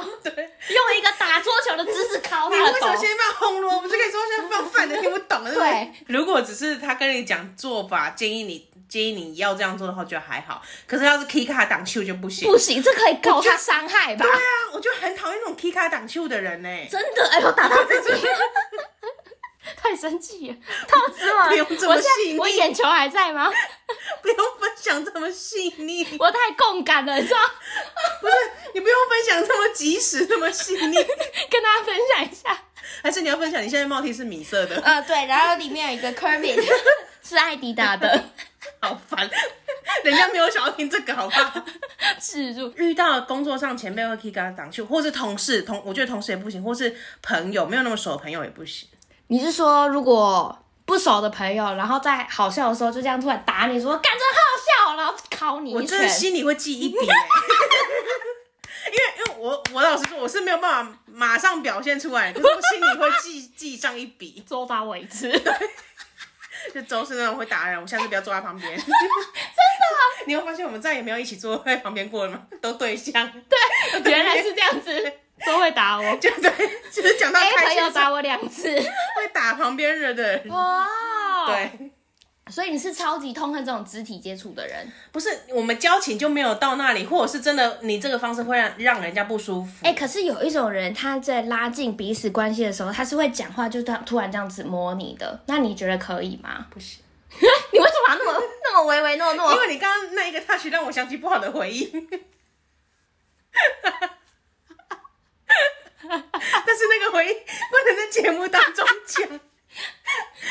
闷五秒，
对，
用一个打桌球的姿势敲
你
他
为
的
什么
头
先？放红萝卜？就可以说先放饭的，听不懂了。
对
不，如果只是他跟你讲做法，建议你建议你要这样做的话，我觉得还好。可是要是 K 卡挡球就不行。
不行，这可以告他伤害吧
对？啊，我就很讨厌那种 K 卡挡球的人呢、
真的，哎呦，打到自己， 太生气了，痛死我
不
了！
用这么
我
细
现
腻
在我眼球还在吗？
不用分享这么细腻，不
我太共感了，你知道？
是你不用分享这么及时，这么细 腻，
跟大家分享一下。
还是你要分享你现在帽 T 是米色 的，
呃，对，然后里面有一个 Kermit，是 艾迪达的。
好烦，人家没有想要听这个，好不好？
置入。
遇到工作上前辈会 K 卡挡球，或是同事同，我觉得同事也不行，或是朋友没有那么熟的朋友也不行。
你是说如果不熟的朋友，然后在好笑的时候就这样突然打你说“干真好笑”，然后敲你
我
一
真的
拳，
心里会记 一笔、欸，因为因为我我老实说，我是没有办法马上表现出来，可是我心里会记记上一笔。
多打我一次。
就周是那种会打人，我下次不要坐在旁 边。真的、
啊
你会发现我们再也没有一起坐在旁边过了吗？ 都对象，
对，原来是这样子，都会打我。
就对，就是讲到
A
开
哎朋
心
友
的时
打我两次，
候会打旁边人的 人。
哇、
对，
所以你是超级痛恨这种肢体接触的人。
不是我们交情就没有到那里，或者是真的你这个方式会让让人家不舒服。
哎、可是有一种人，他在拉近彼此关系的时候，他是会讲话，就突突然这样子摸你的。那你觉得可以吗？
不行，
你为什么要那么那么唯唯诺 诺？
因为你刚刚那一个 touch 让我想起不好的回忆。 但是那个回忆不能在节目当中讲，因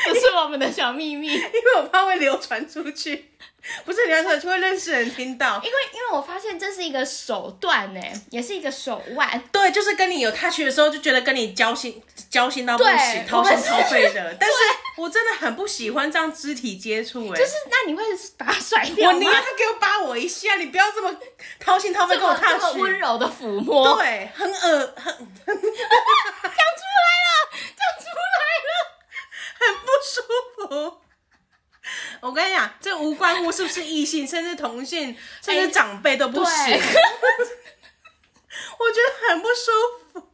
这是我们的小秘密。
为我怕会流传出去， 不是流传出去会认识人听到。
因为因为我发现这是一个手段呢，也是一个手腕。
对，就是跟你有 touch 的时候，就觉得跟你交心交心到不行，
对
掏心
我们是
掏肺 的。但是我真的很不喜欢这样肢体接触、哎，
就是那你会把它甩掉
我
吗？
宁愿他给我扒我一下，你不要这么掏心掏肺
这
跟我
么
touch。
这么温柔的抚摸，讲出
对，很恶，很很
来了，啊讲出来
不舒服。 我跟你讲，这无关乎是不是异性，甚至同性，甚至长辈都不行。
哎对
我觉得很不舒服。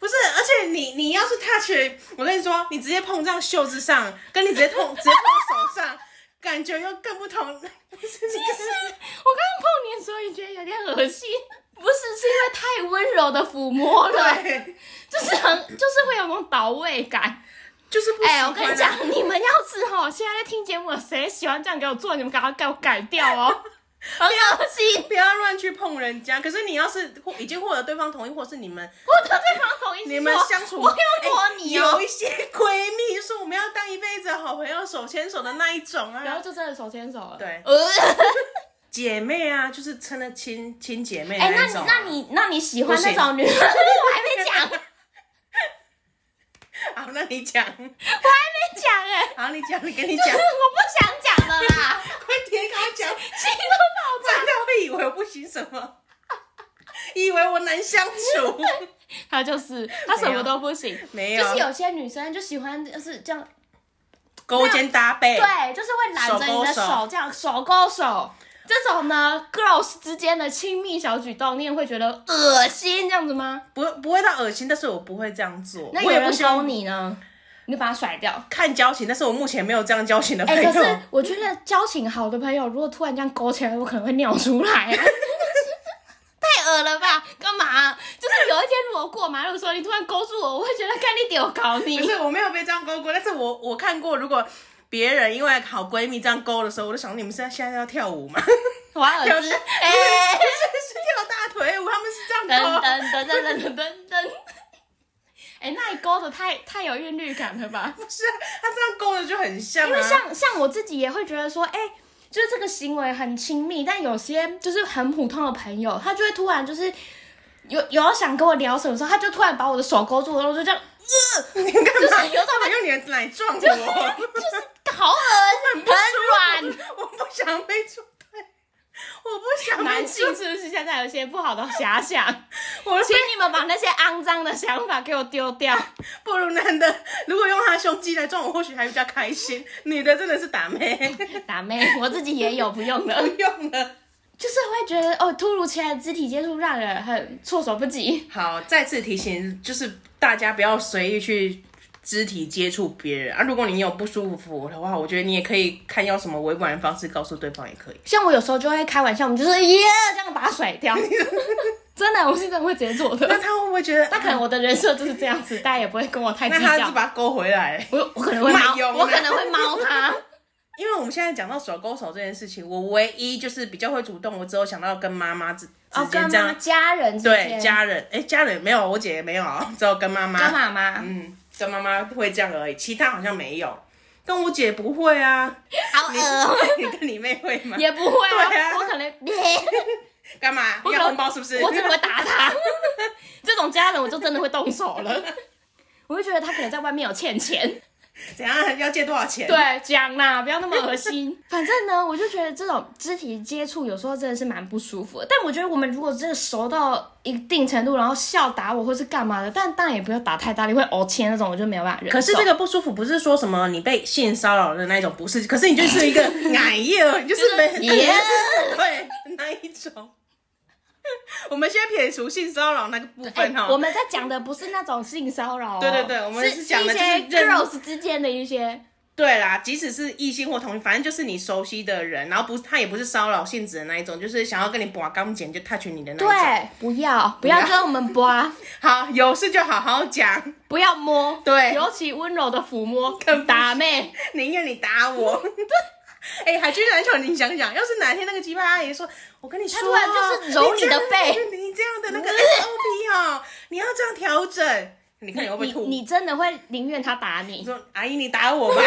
不是，而且你你要是 touch，我跟你说，你直接碰上袖子上，跟你直接碰直接碰到手上，感觉又更不同。
了。我刚刚碰你的时候也觉得有点恶心，不是是因为太温柔的抚摸了，
对，
就是很就是会有那种倒位感。
就是不喜
哎、
欢啊
我跟你讲，你们要是哈现在在听节目的，谁喜欢这样给我做，你们赶快给我改掉 哦，很恶心。
不要乱去碰人家。可是你要是获已经获得对方同意，或是你们
我得对方同意说，
你们相处，
我要摸你
哎
哦、
有一些闺蜜说我们要当一辈子的好朋友，手牵手的那一 种
然后
啊。
就真的手牵手了。
对
呃，
姐妹啊，就是称的亲亲姐妹
哎、那
一种、
你
啊
那你那你喜欢
不
那
行
种女生？我 还没讲，我还
好，那你讲，
没讲哎、
好，你讲，你跟你
就
讲
是，我不想讲了啦，
快点跟我讲，
心都爆
真的会以为我不行什么。 以为我难 相处，
他就是他什么都不行，
没
就
有，
是有些女生就喜欢就是这样，
勾肩搭背，
对，就是会揽着你的
手勾
手这样手勾手。这种呢，girls 之间的亲密小举动，你也会觉得恶心这样子吗？
不不会到恶心，但是我不会这样做，
那
我也
有
不
人
喜
勾
欢
你呢，你就把他甩掉。
看交情，但是我目前没有这样交情的朋
哎、
友。
可是我觉得交情好的朋友，如果突然这样勾起来，我可能会尿出来、 太恶了吧？干嘛？就是有一天如果过马路的时候，你突然勾住我，我会觉得干你屌搞你
不。是我没有被这样勾过，但是我我看过，如果别人因为好闺蜜这样勾的时候，我就想你们是在现在要跳舞吗？
我要耳
就是
机，哎、
是跳大腿舞，他们是这
等
样勾。啊
等等等等等等等。哎、那你勾的太太有韵律感了吧？
不是啊，他这样勾的就很像、啊，
因为像像我自己也会觉得说，哎、就是这个行为很亲密，但有些就是很普通的朋友，他就会突然就是有有要想跟我聊什么时候，他就突然把我的手勾住，然后我就这样，
你干嘛？
就是有
干嘛用你的奶撞着我？
就是好恶心，很软。
我不想被撞，对，我不想被
男
撞
性。是不是现在有一些不好的遐想？
我
请你们把那些肮脏的想法给我丢掉。
不如男的，如果用他的胸肌来撞我，或许还比较开心。女的真的是打 妹，
打妹，我自己也有，不用
不
了。
用了。
就是会觉得哦，突如其来的肢体接触让人很措手不及。
好，再次提醒，就是大家不要随意去肢体接触别人啊。如果你有不舒服的话，我觉得你也可以看用什么委婉的方式告诉对方，也可以。
像我有时候就会开玩笑，我们就是耶这样把它甩掉。 真的，我是真的会直接做的。
那他会不会觉得？
那可能我的人设就是这样子，大家也不会跟我太
那
计
他是
较。
把他勾回来，
我我可能会猫
卖佣，
我可能会猫 他。
因为我们现在讲到手勾手这件事情，我唯一就是比较会主动，我只有想到跟妈妈之之
哦，
间
跟
这样，
妈家人之
对
间
家人，哎、家人没有，我姐也没有啊，只有跟妈
跟
妈，
妈妈，
嗯，跟妈妈会这样而已，其他好像没有。跟我姐不会啊，
好
你
恶，哦
你 跟你妹会吗？
也不会
对啊
啊。我可能，
干嘛？
我可
要红包是不是？
我真的会打他。 这种家人，我就真的会动手 了。我会觉得他可能在外面有欠钱，
怎样要借多少钱？，
对，讲啦，不要那么恶心。 反正呢，我就觉得这种肢体接触有时候真的是蛮不舒服的。但我觉得我们如果真的熟到一定程度，然后笑打我或是干嘛的，但当然也不要打太大力，会哦切那种，我就没有办法忍受。
可是这个不舒服不是说什么你被性骚扰的那一种，不是，可是你就是一个 矮耶，你就是被
就是 耶
对那一种。我们先撇除性骚扰那个部
哎
分哈、
我们在讲的不是那种性骚扰、哦，
对对对我们
是
是讲的
一
就是
些
认
girls 之间的一些，
对啦，即使是异性或同性，反正就是你熟悉的人，然后不是他也不是骚扰性质的那一种，就是想要跟你把钢剪就 touch 你的那一种。，
对，不要不要跟我们 刮，
好，有事就好好讲，
不要摸，
对
尤其温柔的抚摸
更不，
打妹，
宁愿你 打我。哎、海军篮球，你想想，要是哪天那个鸡巴阿姨说，我跟你说，
她突然就是揉你的背
你这样你这样的那个 SOP 哦，你要这样调整，你看你会不会
你
吐？
你真的会宁愿他打
你
你，
说阿姨你 打我吧，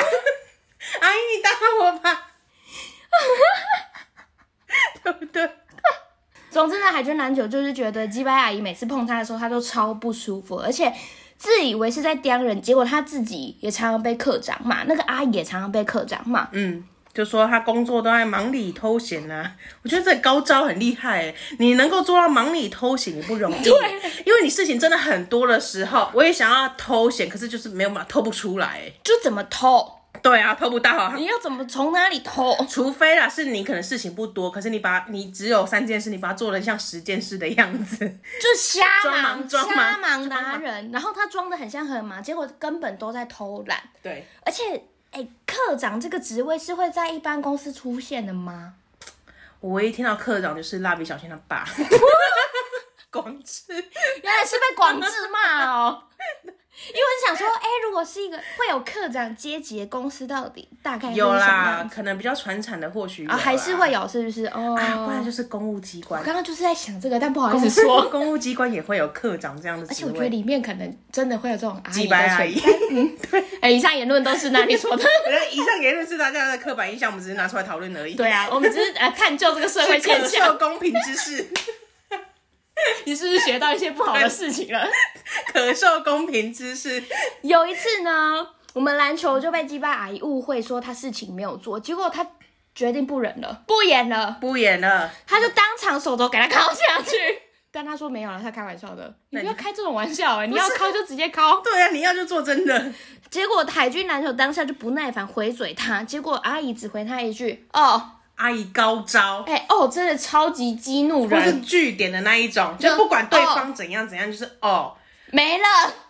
阿姨你打我吧， 对不对？
总之呢，海军篮球就是觉得鸡巴阿姨每次碰他的时候，他都超不舒服，而且自以为是在刁人，结果他自己也常常被课长骂，那个阿姨也常常被课长骂。
嗯，就说他工作都在忙里偷闲啊。我觉得这高招很厉害欸，你能够做到忙里偷闲也不容易。对，因为你事情真的很多的时候，我也想要偷闲，可是就是没有嘛，偷不出来欸。
就怎么偷？
对啊，偷不到啊。
你要怎么从哪里偷？
除非啦，是你可能事情不多，可是你把你只有三件事，你把它做的像十件事的样子，
就瞎
装
忙
忙装
瞎
忙
忙达人，然后他装的很像很忙，结果根本都在偷懒。
对，
而且，哎，科长这个职位是会在一般公司出现的吗？
我唯一听到科长就是蜡笔小新他 爸， 光吃，
原来是被广志骂哦。因为我想说，哎、如果是一个会有科长阶级的公司，到底大概会是
有
什么
啦
样，子
可能比较传产的或许有
啊？
啦
还是会有，是不是？哦，
啊，不然就是公务机关
我。刚刚就是在想这个，但不 好意思
说
说。
公务机关也会有科长这样的
而且
职
我觉得
位。
里面可能真的会有这种阿
几
姨啊
百
的
阿
存
姨
在。， 嗯，哎、以上言论都是那里 说的。
我觉得以上言论是大家的刻板印象，我们只是拿出来讨论而已。
对啊，我们只 是呃探究这个社会现
可受
象。
公平之事，
你是不是学到一些不好的事情了？
可受公平之事。
有一次呢，我们篮球就被鸡巴阿姨误会说他事情没有做，结果他决定不忍了，不演了，
不演了，
他就当场手肘给他铐下去。 但他说没有了，他开玩笑的，你
那
不
你
要开这种玩笑、欸，你要敲就直接敲。
对啊，你要就做真的，
结果海军男友当下就不耐烦回嘴他，结果阿姨只回他一句：“哦，
阿姨高招，
哎、哦，真的超级激怒
或是
人，
据点的那一种，就不管对方怎样怎样，就是哦。
没了，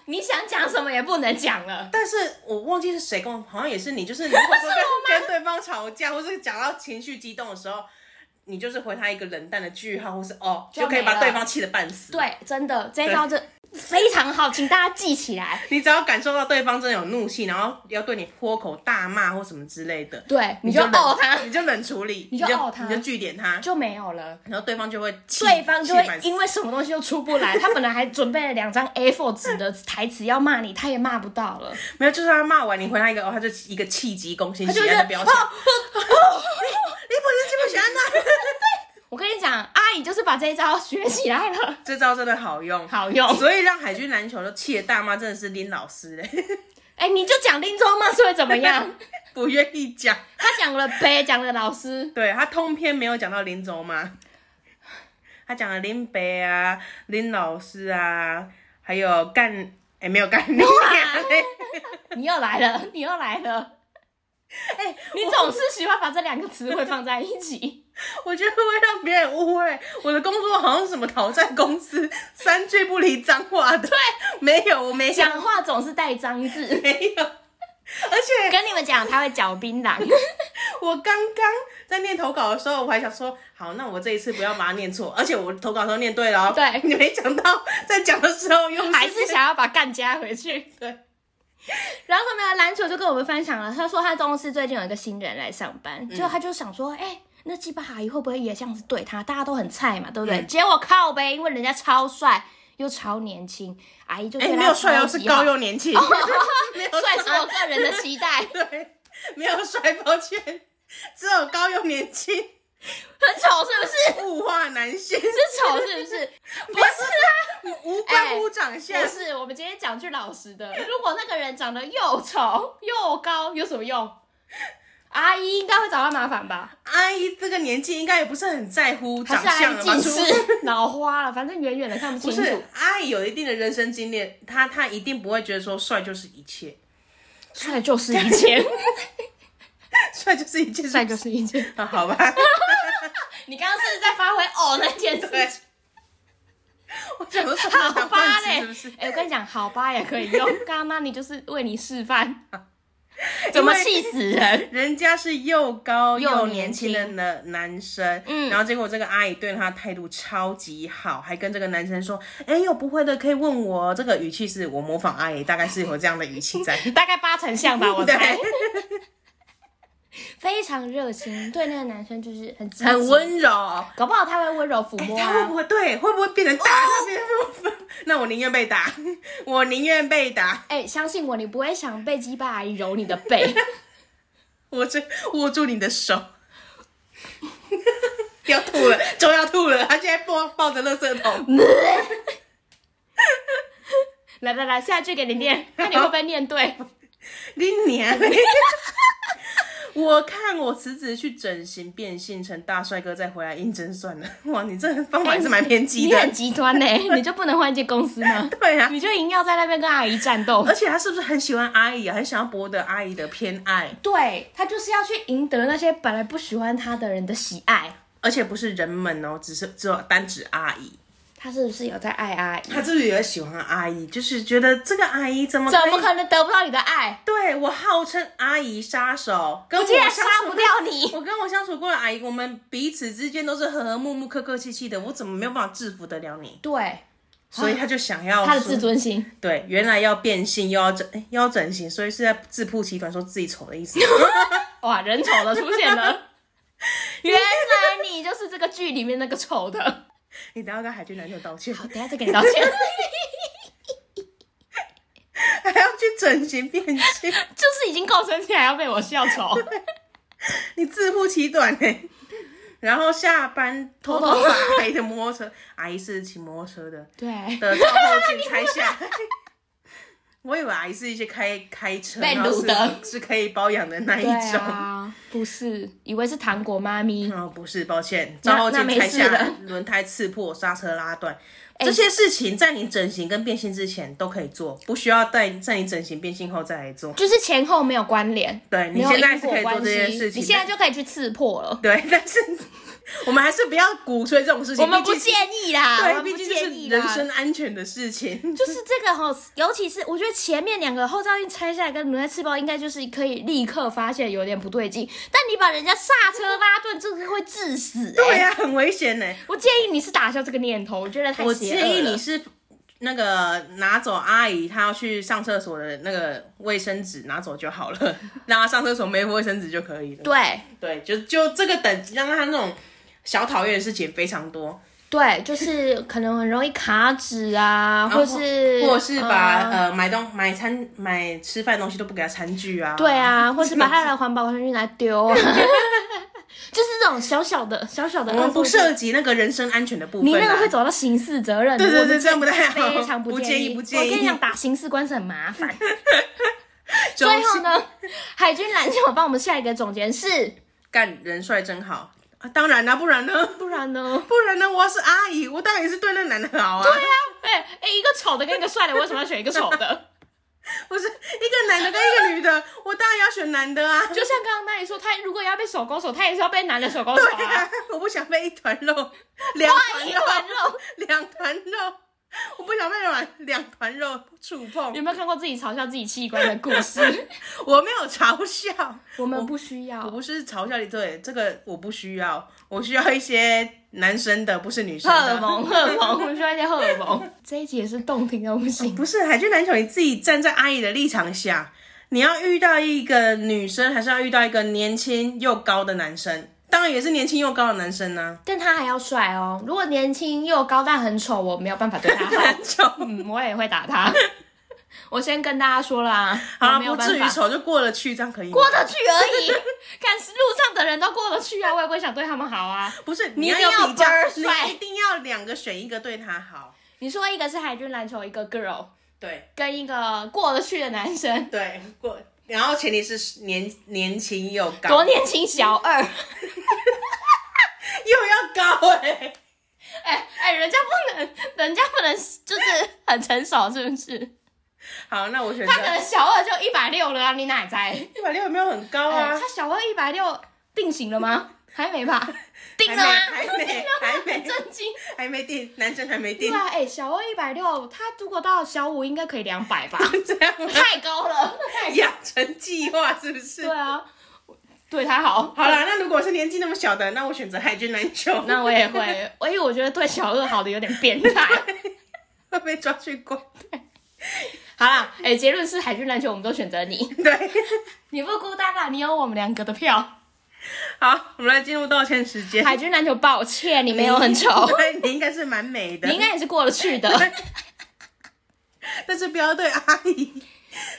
你想讲什么也不能讲了。
但是我忘记是谁跟我，好像也是你，就是你如 果说跟跟对方吵架，或是讲到情绪激动的时候，你就是回他一个冷淡的句号，或是哦，
就
就可以
没
把
了
对方气得半”死。，
对，真的这一招这非常好，请大家记起来。
你只要感受到对方真的有怒气，然后要对你破口大骂或什么之类的，
对，你
你
就
就冷
哦他
你就冷处理，
你
你
就哦他
你就据点他，
就没有了。
然后对方就会气
对方就会
气满死
因为什么东西都出不来，他本来还准备了两张 A4 纸的台词要骂你，他也骂不到了，
没有，就是他骂完你回他一个哦，他就一个气急攻心，
他就
喜
觉
欢
得
的表
哦
情。
哦
你不是这么喜欢他？
我跟你讲，阿姨就是把这一招学起来了，
这招真的好用，
好用。
所以让海军篮球都气得大妈真的是林老师嘞，
哎、你就讲林州骂是会怎么样？
不愿意讲。
他讲了北，讲了老师，
对他通篇没有讲到林州嘛，他讲了林北啊、林老师啊，还有干哎、没有干你、
你又来了，你又来了。哎、 你总是喜欢把这两个词汇放在一 起，
我觉得会让别人误会我的工作好像什么讨债公司，三句不离脏话的。对，没有，我没
讲话总是带脏 字。
没有，而且
跟你们讲，他会嚼槟 榔。
我刚刚在念投稿的时候，我还想说，好，那我这一次不要把它念错，而且我投稿的时候念对了哦。
对
你没想到在讲的时候又
还是想要把干加回去。
对。
然后呢，篮球就跟我们分享了，他说他公司最近有一个新人来上班，
嗯
就、他就想说，哎、那鸡巴阿姨会不会也这样子对他？大家都很菜嘛，对不对？
嗯
结果靠呗，因为人家超帅又超年轻，阿姨就
哎、
对
没有
他
帅
超
又是
级好哦
高。又年轻， 没 有
帅是 我个人的期待，
对，没有帅，抱歉，只有高又年轻，
很丑是不是？
物化男性， 啊
是啊丑是不 是？不是
无关乎长相。
不是，我们今天讲句老实的，如果那个人长得又丑又高，有什么用？阿姨应该会找他麻烦吧？
阿姨这个年纪应该也不是很在乎
还
长
是阿
相
姨
了吧？
近
除
视、脑花了，反正远远的看不
不
清楚
是。阿姨有一定的人生经历，她她一定不会觉得说帅就是一切，
帅就是一切，
帅就是一切，
帅就是一 切。
啊，好吧。
你刚刚是在发挥哦那件事
对
情，，
我想说什么
好
当
吧
饭
嘞
吃是不是？？
哎、我跟你讲，好吧也可以用。刚刚那你就是为你示范，
啊
怎么气死人？
人家是又高
又
又
年
年
轻
轻的男男生，
嗯
然后结果这个阿姨对他态度超级好，还跟这个男生说：“哎，有不会的可以问我哦。”这个语气是我模仿阿姨，大概是有这样的语气 在。
大概八成像 吧，我
对
猜。非常热情，对那个男生就是很积极
很，温柔，
搞不好他会温柔抚摸
他会不
啊。
会对？会不会变成打那边 部分？那我宁愿被打，我宁愿被打。
哎、相信我，你不会想被鸡巴阿姨揉你的 背。
我这握住你的手， 要吐了，周要吐了，他现在抱抱着垃圾桶。
来来来，下一句给你念，看你会不会念对。
你 娘嘞！ 我看我辞职去整形变性成大帅哥，再回来应征算了。 哇，你这方法还是蛮偏激
你
的。
很极端呢、你就不能换一间公司 吗？
对啊，
你就硬要在那边跟阿姨战斗
而？且他是不是很喜欢阿姨啊？很想要博得阿姨的偏爱，
对他就是要去赢得那些本来不喜欢他的人的喜爱。
而且不是人们哦，只是只有单指阿姨。
他是不是有在爱阿姨？
他是不是也喜欢阿姨？就是觉得这个阿姨怎么
怎
可以
么可能得不到你的爱？
对我号称阿姨杀手，跟
我
我
竟然
相
杀
处
不掉你！
我跟我相处过的阿姨，我们彼此之间都是和和睦睦、客客气气的，我怎么没有办法制服得了你？
对，
所以他就想要
他的
说
自尊心。
对，原来要变性又要整诶又要整形，所以是在自曝其短，说自己丑的 意思。
哇，人丑的出现 了。原来你就是这个剧里面那个丑的。
你等下跟海军男友道歉，
好，等一下再给你道 歉。
还要去整形变性，
就是已经够生气，还要被我笑丑，
你自曝其短哎、然后下班偷偷把阿姨的摩托车，阿姨是骑摩托车的
对，
的照后镜拆下来。 我以为阿姨是一些开开车
被
然后
掳
是
的
是可以包养的那一
对
种，
啊。吗？不是，以为是糖果妈咪。
哦，不是，抱歉，
嗯那
照后镜
那没
拆下
事哎
来
了，
轮胎刺破，刹车拉断，这些事情在你整形跟变性之前都可以做，不需要在在你整形变性后再来做。
就是前后没有关联，
对你
没有
现在
因
是
果
可以做
关
这件
系
事情
你现在就可以去刺破了。
对， 但是我们还是不要鼓吹这种事情，
我们
毕
不建
竟
议啦，我
对，
们
毕
不
竟
建
是
议
人
啦。
身安全的事情。
就是这个哈，尤其是我觉得前面两个后照镜拆下来跟轮胎刺爆，应该就是可以立刻发现有点不对劲。但你把人家刹车拉顿，这个会致死、欸。
对、啊呀、哎很危险呢、
我建议你是打消这个念头，我觉得太
我
邪恶了
建议你是那个拿走阿姨她要去上厕所的那个卫生纸拿走就好了， 让她上厕所没卫生纸就可以了。
对
对，就就这个等级，让她那种小讨厌的事情非常多，
对，就是可能很容易卡纸啊，或是
或是把、
呃
呃买东买餐买吃饭东西都不给她餐具啊。
对， 啊，或是把他的环保餐具拿丢啊， 就是这种小小的小小的
我
恶
们
作
不
剧。
涉及那个人身安全的部分、啊。
你那个会走到刑事责任的，
对对
我们
对，这样不太好，
非常
不
建
议，不建
我
议。
跟你讲，打刑事官司很麻 烦。
就
最
是
后呢，海军蓝箭我帮我们下一个总结是，
干人帅真好啊！当然啦、不然呢？
不然呢？
不然呢？我要是阿姨，我当然也是对那男的好啊。
对啊， 哎、哎、一个丑的跟一个帅的，我为什么要选一个丑 的？
不是一个男的跟一个女的， 我当然要选男 的啊。
就像刚刚那里说，他如果要被手勾手，他也是要被男的手勾手
对
啊
啊。，我不想被一团肉，两团
一
肉，
团肉，
两团肉，我不想被两两团肉触碰。
有没有看过自己嘲笑自己器官的故事？
我没有嘲笑，
我们不需要
我，不是嘲笑你，对这个我不需要，我需要一些男生的，不是女 生
荷尔
的。
蒙，荷尔蒙，我们需要一些荷尔蒙。 这一集也是动听到不行。
不是海军篮球，你自己站在阿姨的立场想，你要遇到一个女生，还是要遇到一个年轻又高的男生？当然也是年轻又高的男生啊呢、
但他还要帅哦。如果年轻又高但很丑，我没有办法对他 好。
篮球
嗯，我也会打他。 我先跟大家说啦，
好
我
了，
没有
不
办
至于
法。
丑就过得去，这样可以吗？
过得去而已， 看路上的人都过得去啊，我也不会想对他们好啊。
不是，
你
要
一定要
有比较
倍儿，帅
你一定要两个选一个对他好。
你说一个是海军篮球，一个 girl，
对
跟一个过得去的男生，
对，过，然后前提是年年轻又高，
多年轻小二，
又要高哎、
哎哎，人家不能，人家不能，就是很成熟，是不是？
好，那我选择
他可能小二就一百六了啊，你哪在？
一百六有没有很高啊
哎？他小二一百六定型了吗？ 哎还没吧？定
还
了
没，
吗？
还没，还 没，
震惊！
还没定，男生还没
对
定，
啊，哎、小二一百六，他如果到小五应该可以两百 吧？
这样吗
太高了。
养成计划是不是？
对啊，对他好。
好啦，那如果是年纪那么小的，那我选择海军篮球，
那我也会，我因为我觉得对小二好的有点变 态。
会被抓去关。
好啦，哎、结论是海军篮球我们都选择你，
对，
你不孤单啦，啊你有我们两个的票。
好，我们来进入道歉时间。
海军篮球，抱歉，你没有很 丑，
对，你应该是蛮美的，
你应该也是过得去的。
但是不要对阿姨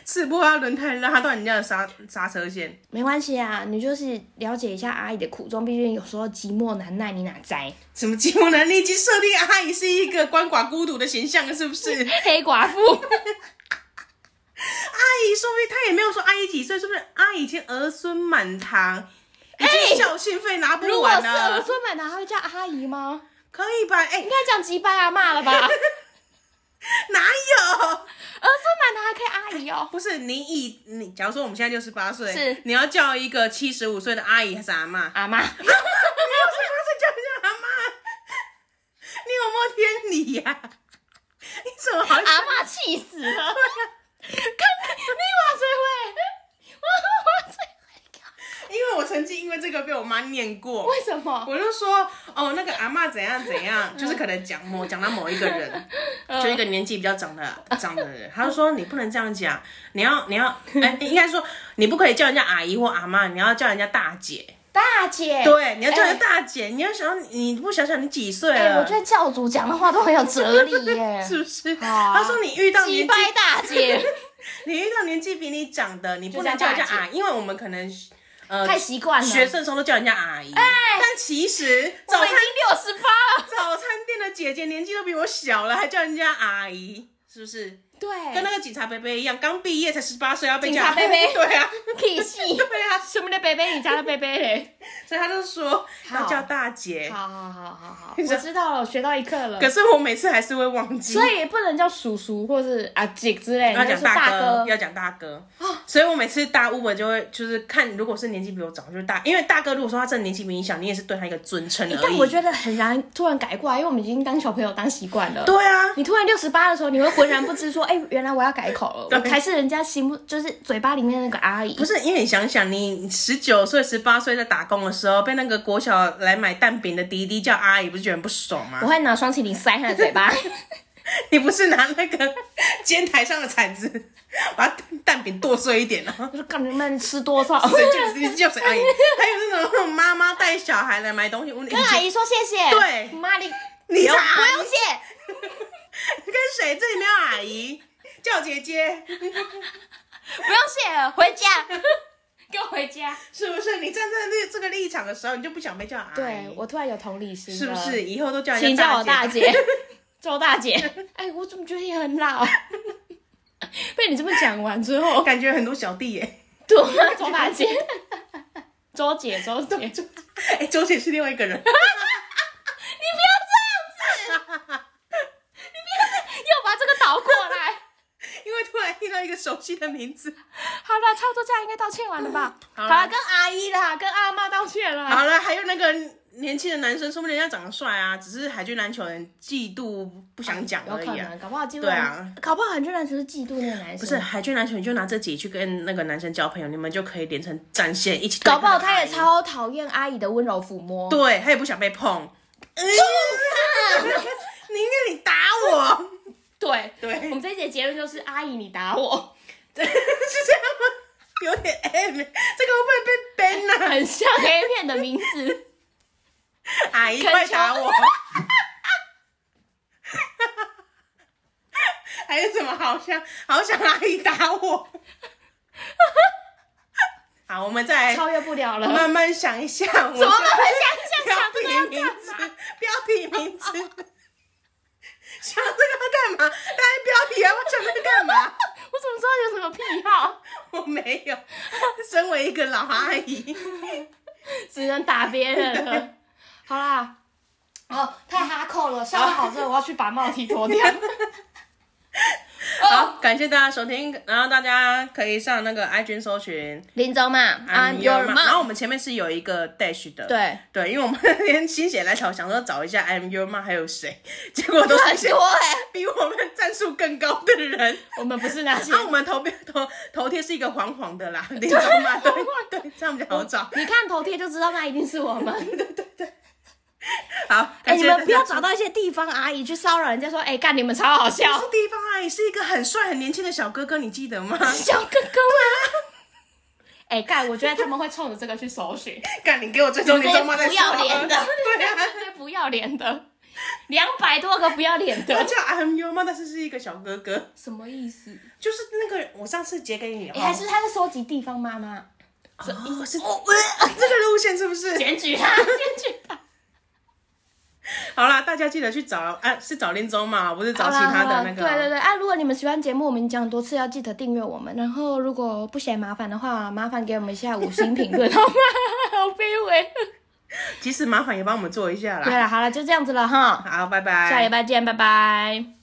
刺破她轮胎，让她到人家的刹刹车线。
没关系啊，你就是了解一下阿姨的苦衷，毕竟有时候寂寞难耐，你哪摘？
什么寂寞呢？你已经设定阿姨是一个鳏寡孤独的形象了，是 不是？
黑寡妇，
阿姨说不定她也没有说阿姨几岁，是不是？阿姨已经儿孙满堂，已经孝庆费拿 不
如果
完
是
了，
儿孙满堂，还会叫阿姨吗？
可以吧？哎、
应该讲几百阿妈 了吧？儿孙
哪有？
满堂还可以阿姨哦。
不是你以你，假如说我们现在六十八岁，
是
你要叫一个七十五岁的阿姨还是 阿妈？
阿妈，
六十八岁叫人家阿妈，你有没有天理呀、你怎么好意思？
阿妈气死了！看你哇最会，我我最会
因为我曾经因为这个被我妈念过，
为什么？嗯
我就说哦，那个阿妈怎样怎样，就是可能讲某讲到某一 个人，就一个年纪比较长的长的人，他就说你不能这样讲，你要你要，哎、应该说你不可以叫人家阿姨或阿妈，你要叫人家大姐。
大姐，
对，啊你要叫
哎
人大姐，你要想你不想想你几岁
哎、
了？
我觉得教主讲的话都很有哲理耶。
是不是？
啊
他说你遇到
击
年纪，
败大姐，
你遇到年纪比你长的，你不能
就
叫
叫
人家
大姐
阿，因为我们可能呃
太习惯了。哎
学生的时候都叫人家阿姨，但其实
我
早
们已
餐
经六十八了。
早餐店的姐姐年纪都比我小了，还叫人家阿姨，是不是？
对，
跟那个警察伯伯一样，刚毕业才十八岁要
哎
被
警
叫
察伯伯
对啊，
屁 戏，
对啊，
什么的贝贝，你家的贝贝嘞？
所以他就说要叫大姐。
好好好好好， 我知道了，我学到一课了。
可是我每次还是会忘记，
所以也不能叫叔叔或是阿姐之类，
要
你就
讲
是大
哥，
哥。哦
要讲大哥。所以我每次搭 Uber 就会就是看，如果是年纪比我长，就是大，因为大哥如果说他真的年纪比你小，你也是对他一个尊称而已。
但我觉得很难突然改过来，因为我们已经当小朋友当习惯了。
对啊，
你突然六十八的时候，你会浑然不知说，哎、原来我要改口了，
对
我才是人家心目就是嘴巴里面那个阿姨
不。是因为你想想，你十九岁、十八岁在打工的时候，被那个国小来买蛋饼的弟弟叫阿姨，不是觉得很不爽
我
吗？
会拿双麒麟塞他的嘴巴，
你不是拿那个煎台上的铲子把蛋蛋饼剁碎一点哦、
我说干你们吃多 少？
谁就是你叫谁阿姨？还有那种那种妈妈带小孩来买东西，我
跟阿姨说谢谢。
对啊
妈你
你
不
才
用不用谢。
跟谁？这里没有阿姨，叫姐姐，
不用谢了，回家， 给我回家。
是不是？你站在这这个立场的时候，你就不想被叫阿姨，
对我突然有同理心了，
是不是？以后都叫人家
请叫我大
姐。
姐， 周大姐。 哎，我怎么觉得你很 老？被你这么讲完之后，
感觉很多小弟耶，
对啊，周大 姐，周姐，周姐，你不要这
哎、周姐是另外一个人，
样子，你不要这样又把这个倒过来。
因为突然听到一个熟悉的名字。
好了，差不多这样应该道歉完了吧？好
好了
了，跟阿姨啦，跟阿妈道歉了。
好了，还有那个年轻的男生，说不定人家长得帅啊，只是海军篮球人嫉妒不想讲
有
而
可
已啊。
能，搞不好基
对啊
本，搞不好很多人只是嫉妒那个男生。
不是海军篮球，你就拿这集去跟那个男生交朋友，你们就可以连成战线一起。
搞不好他也。超讨厌阿姨的温柔抚摸。
对他也不想被碰。嗯、你应该你打我，
对
对
我们这一节结论就是阿姨你打 我，
是这样吗？有点 M，这个会不会被 ban 啊？
很像 A 片的名字。
阿姨快打我！ 还有什么好像好想阿姨打我？好，我们再来
超越不了了。
慢慢想一下，我
怎么
们
办？想想想这个要
标题名字
干嘛？，
标题名字， 想这个要干嘛？大家标题啊，我想这个 干嘛？
我怎么知道有什么癖 好？
我没有，身为一个老 阿姨，
只能打别人了。好啦，哦，太哈扣了，消化好之后我要去把帽提脱掉。哦
好，感谢大家收听，然后大家可以上那个 IG 搜寻
林总嘛
I'm
，I'm your
然后
mom。
我们前面是有一个 dash 的，
对，
对，因为我们那天心血来潮想说找一下 I'm your mom 还有谁，结果 都是
很
一些
多哎，
比我们战术更高的人。
我们不是那些
啊那、。我们头边头头贴是一个黄黄的 啦，你知道吗？对对，这样比较好找。
你看头贴就知道那一定是我们。
好，
哎、
感
你
谢大
们
家
不要找到一些地方阿姨去骚扰人家说，哎、干你们超好 笑
不，是地方阿姨，是一个很帅很年轻的小哥哥，你记 得吗？
小哥哥啊吗？哎、干，我觉得他们会冲着这个去搜寻，
干，你给我追踪
你
你
这
中妈在
不要脸 的
对啊。
这些不要脸的，两百多个不要脸
他
的，
叫 I'm your mom，但是是一个小哥 哥，
什么意思？
就是那个我上次截给你的
哎、
话
还，是他在收集地方妈妈
哦，是 这个路线是不是？
检举他，检举 他。
好啦，大家记得去找，啊，是找林总嘛，不是找其他
好啦
的那个。
好啦对对对，啊，如果你们喜欢节目，我们讲多次要记得订阅我们，然后如果不嫌麻烦的话，麻烦给我们一下五星评论好吗？好卑微。
即使麻烦也帮我们做一下
对
啦。
了，好了，就这样子了哈。
好，拜拜。
下礼拜见，拜拜。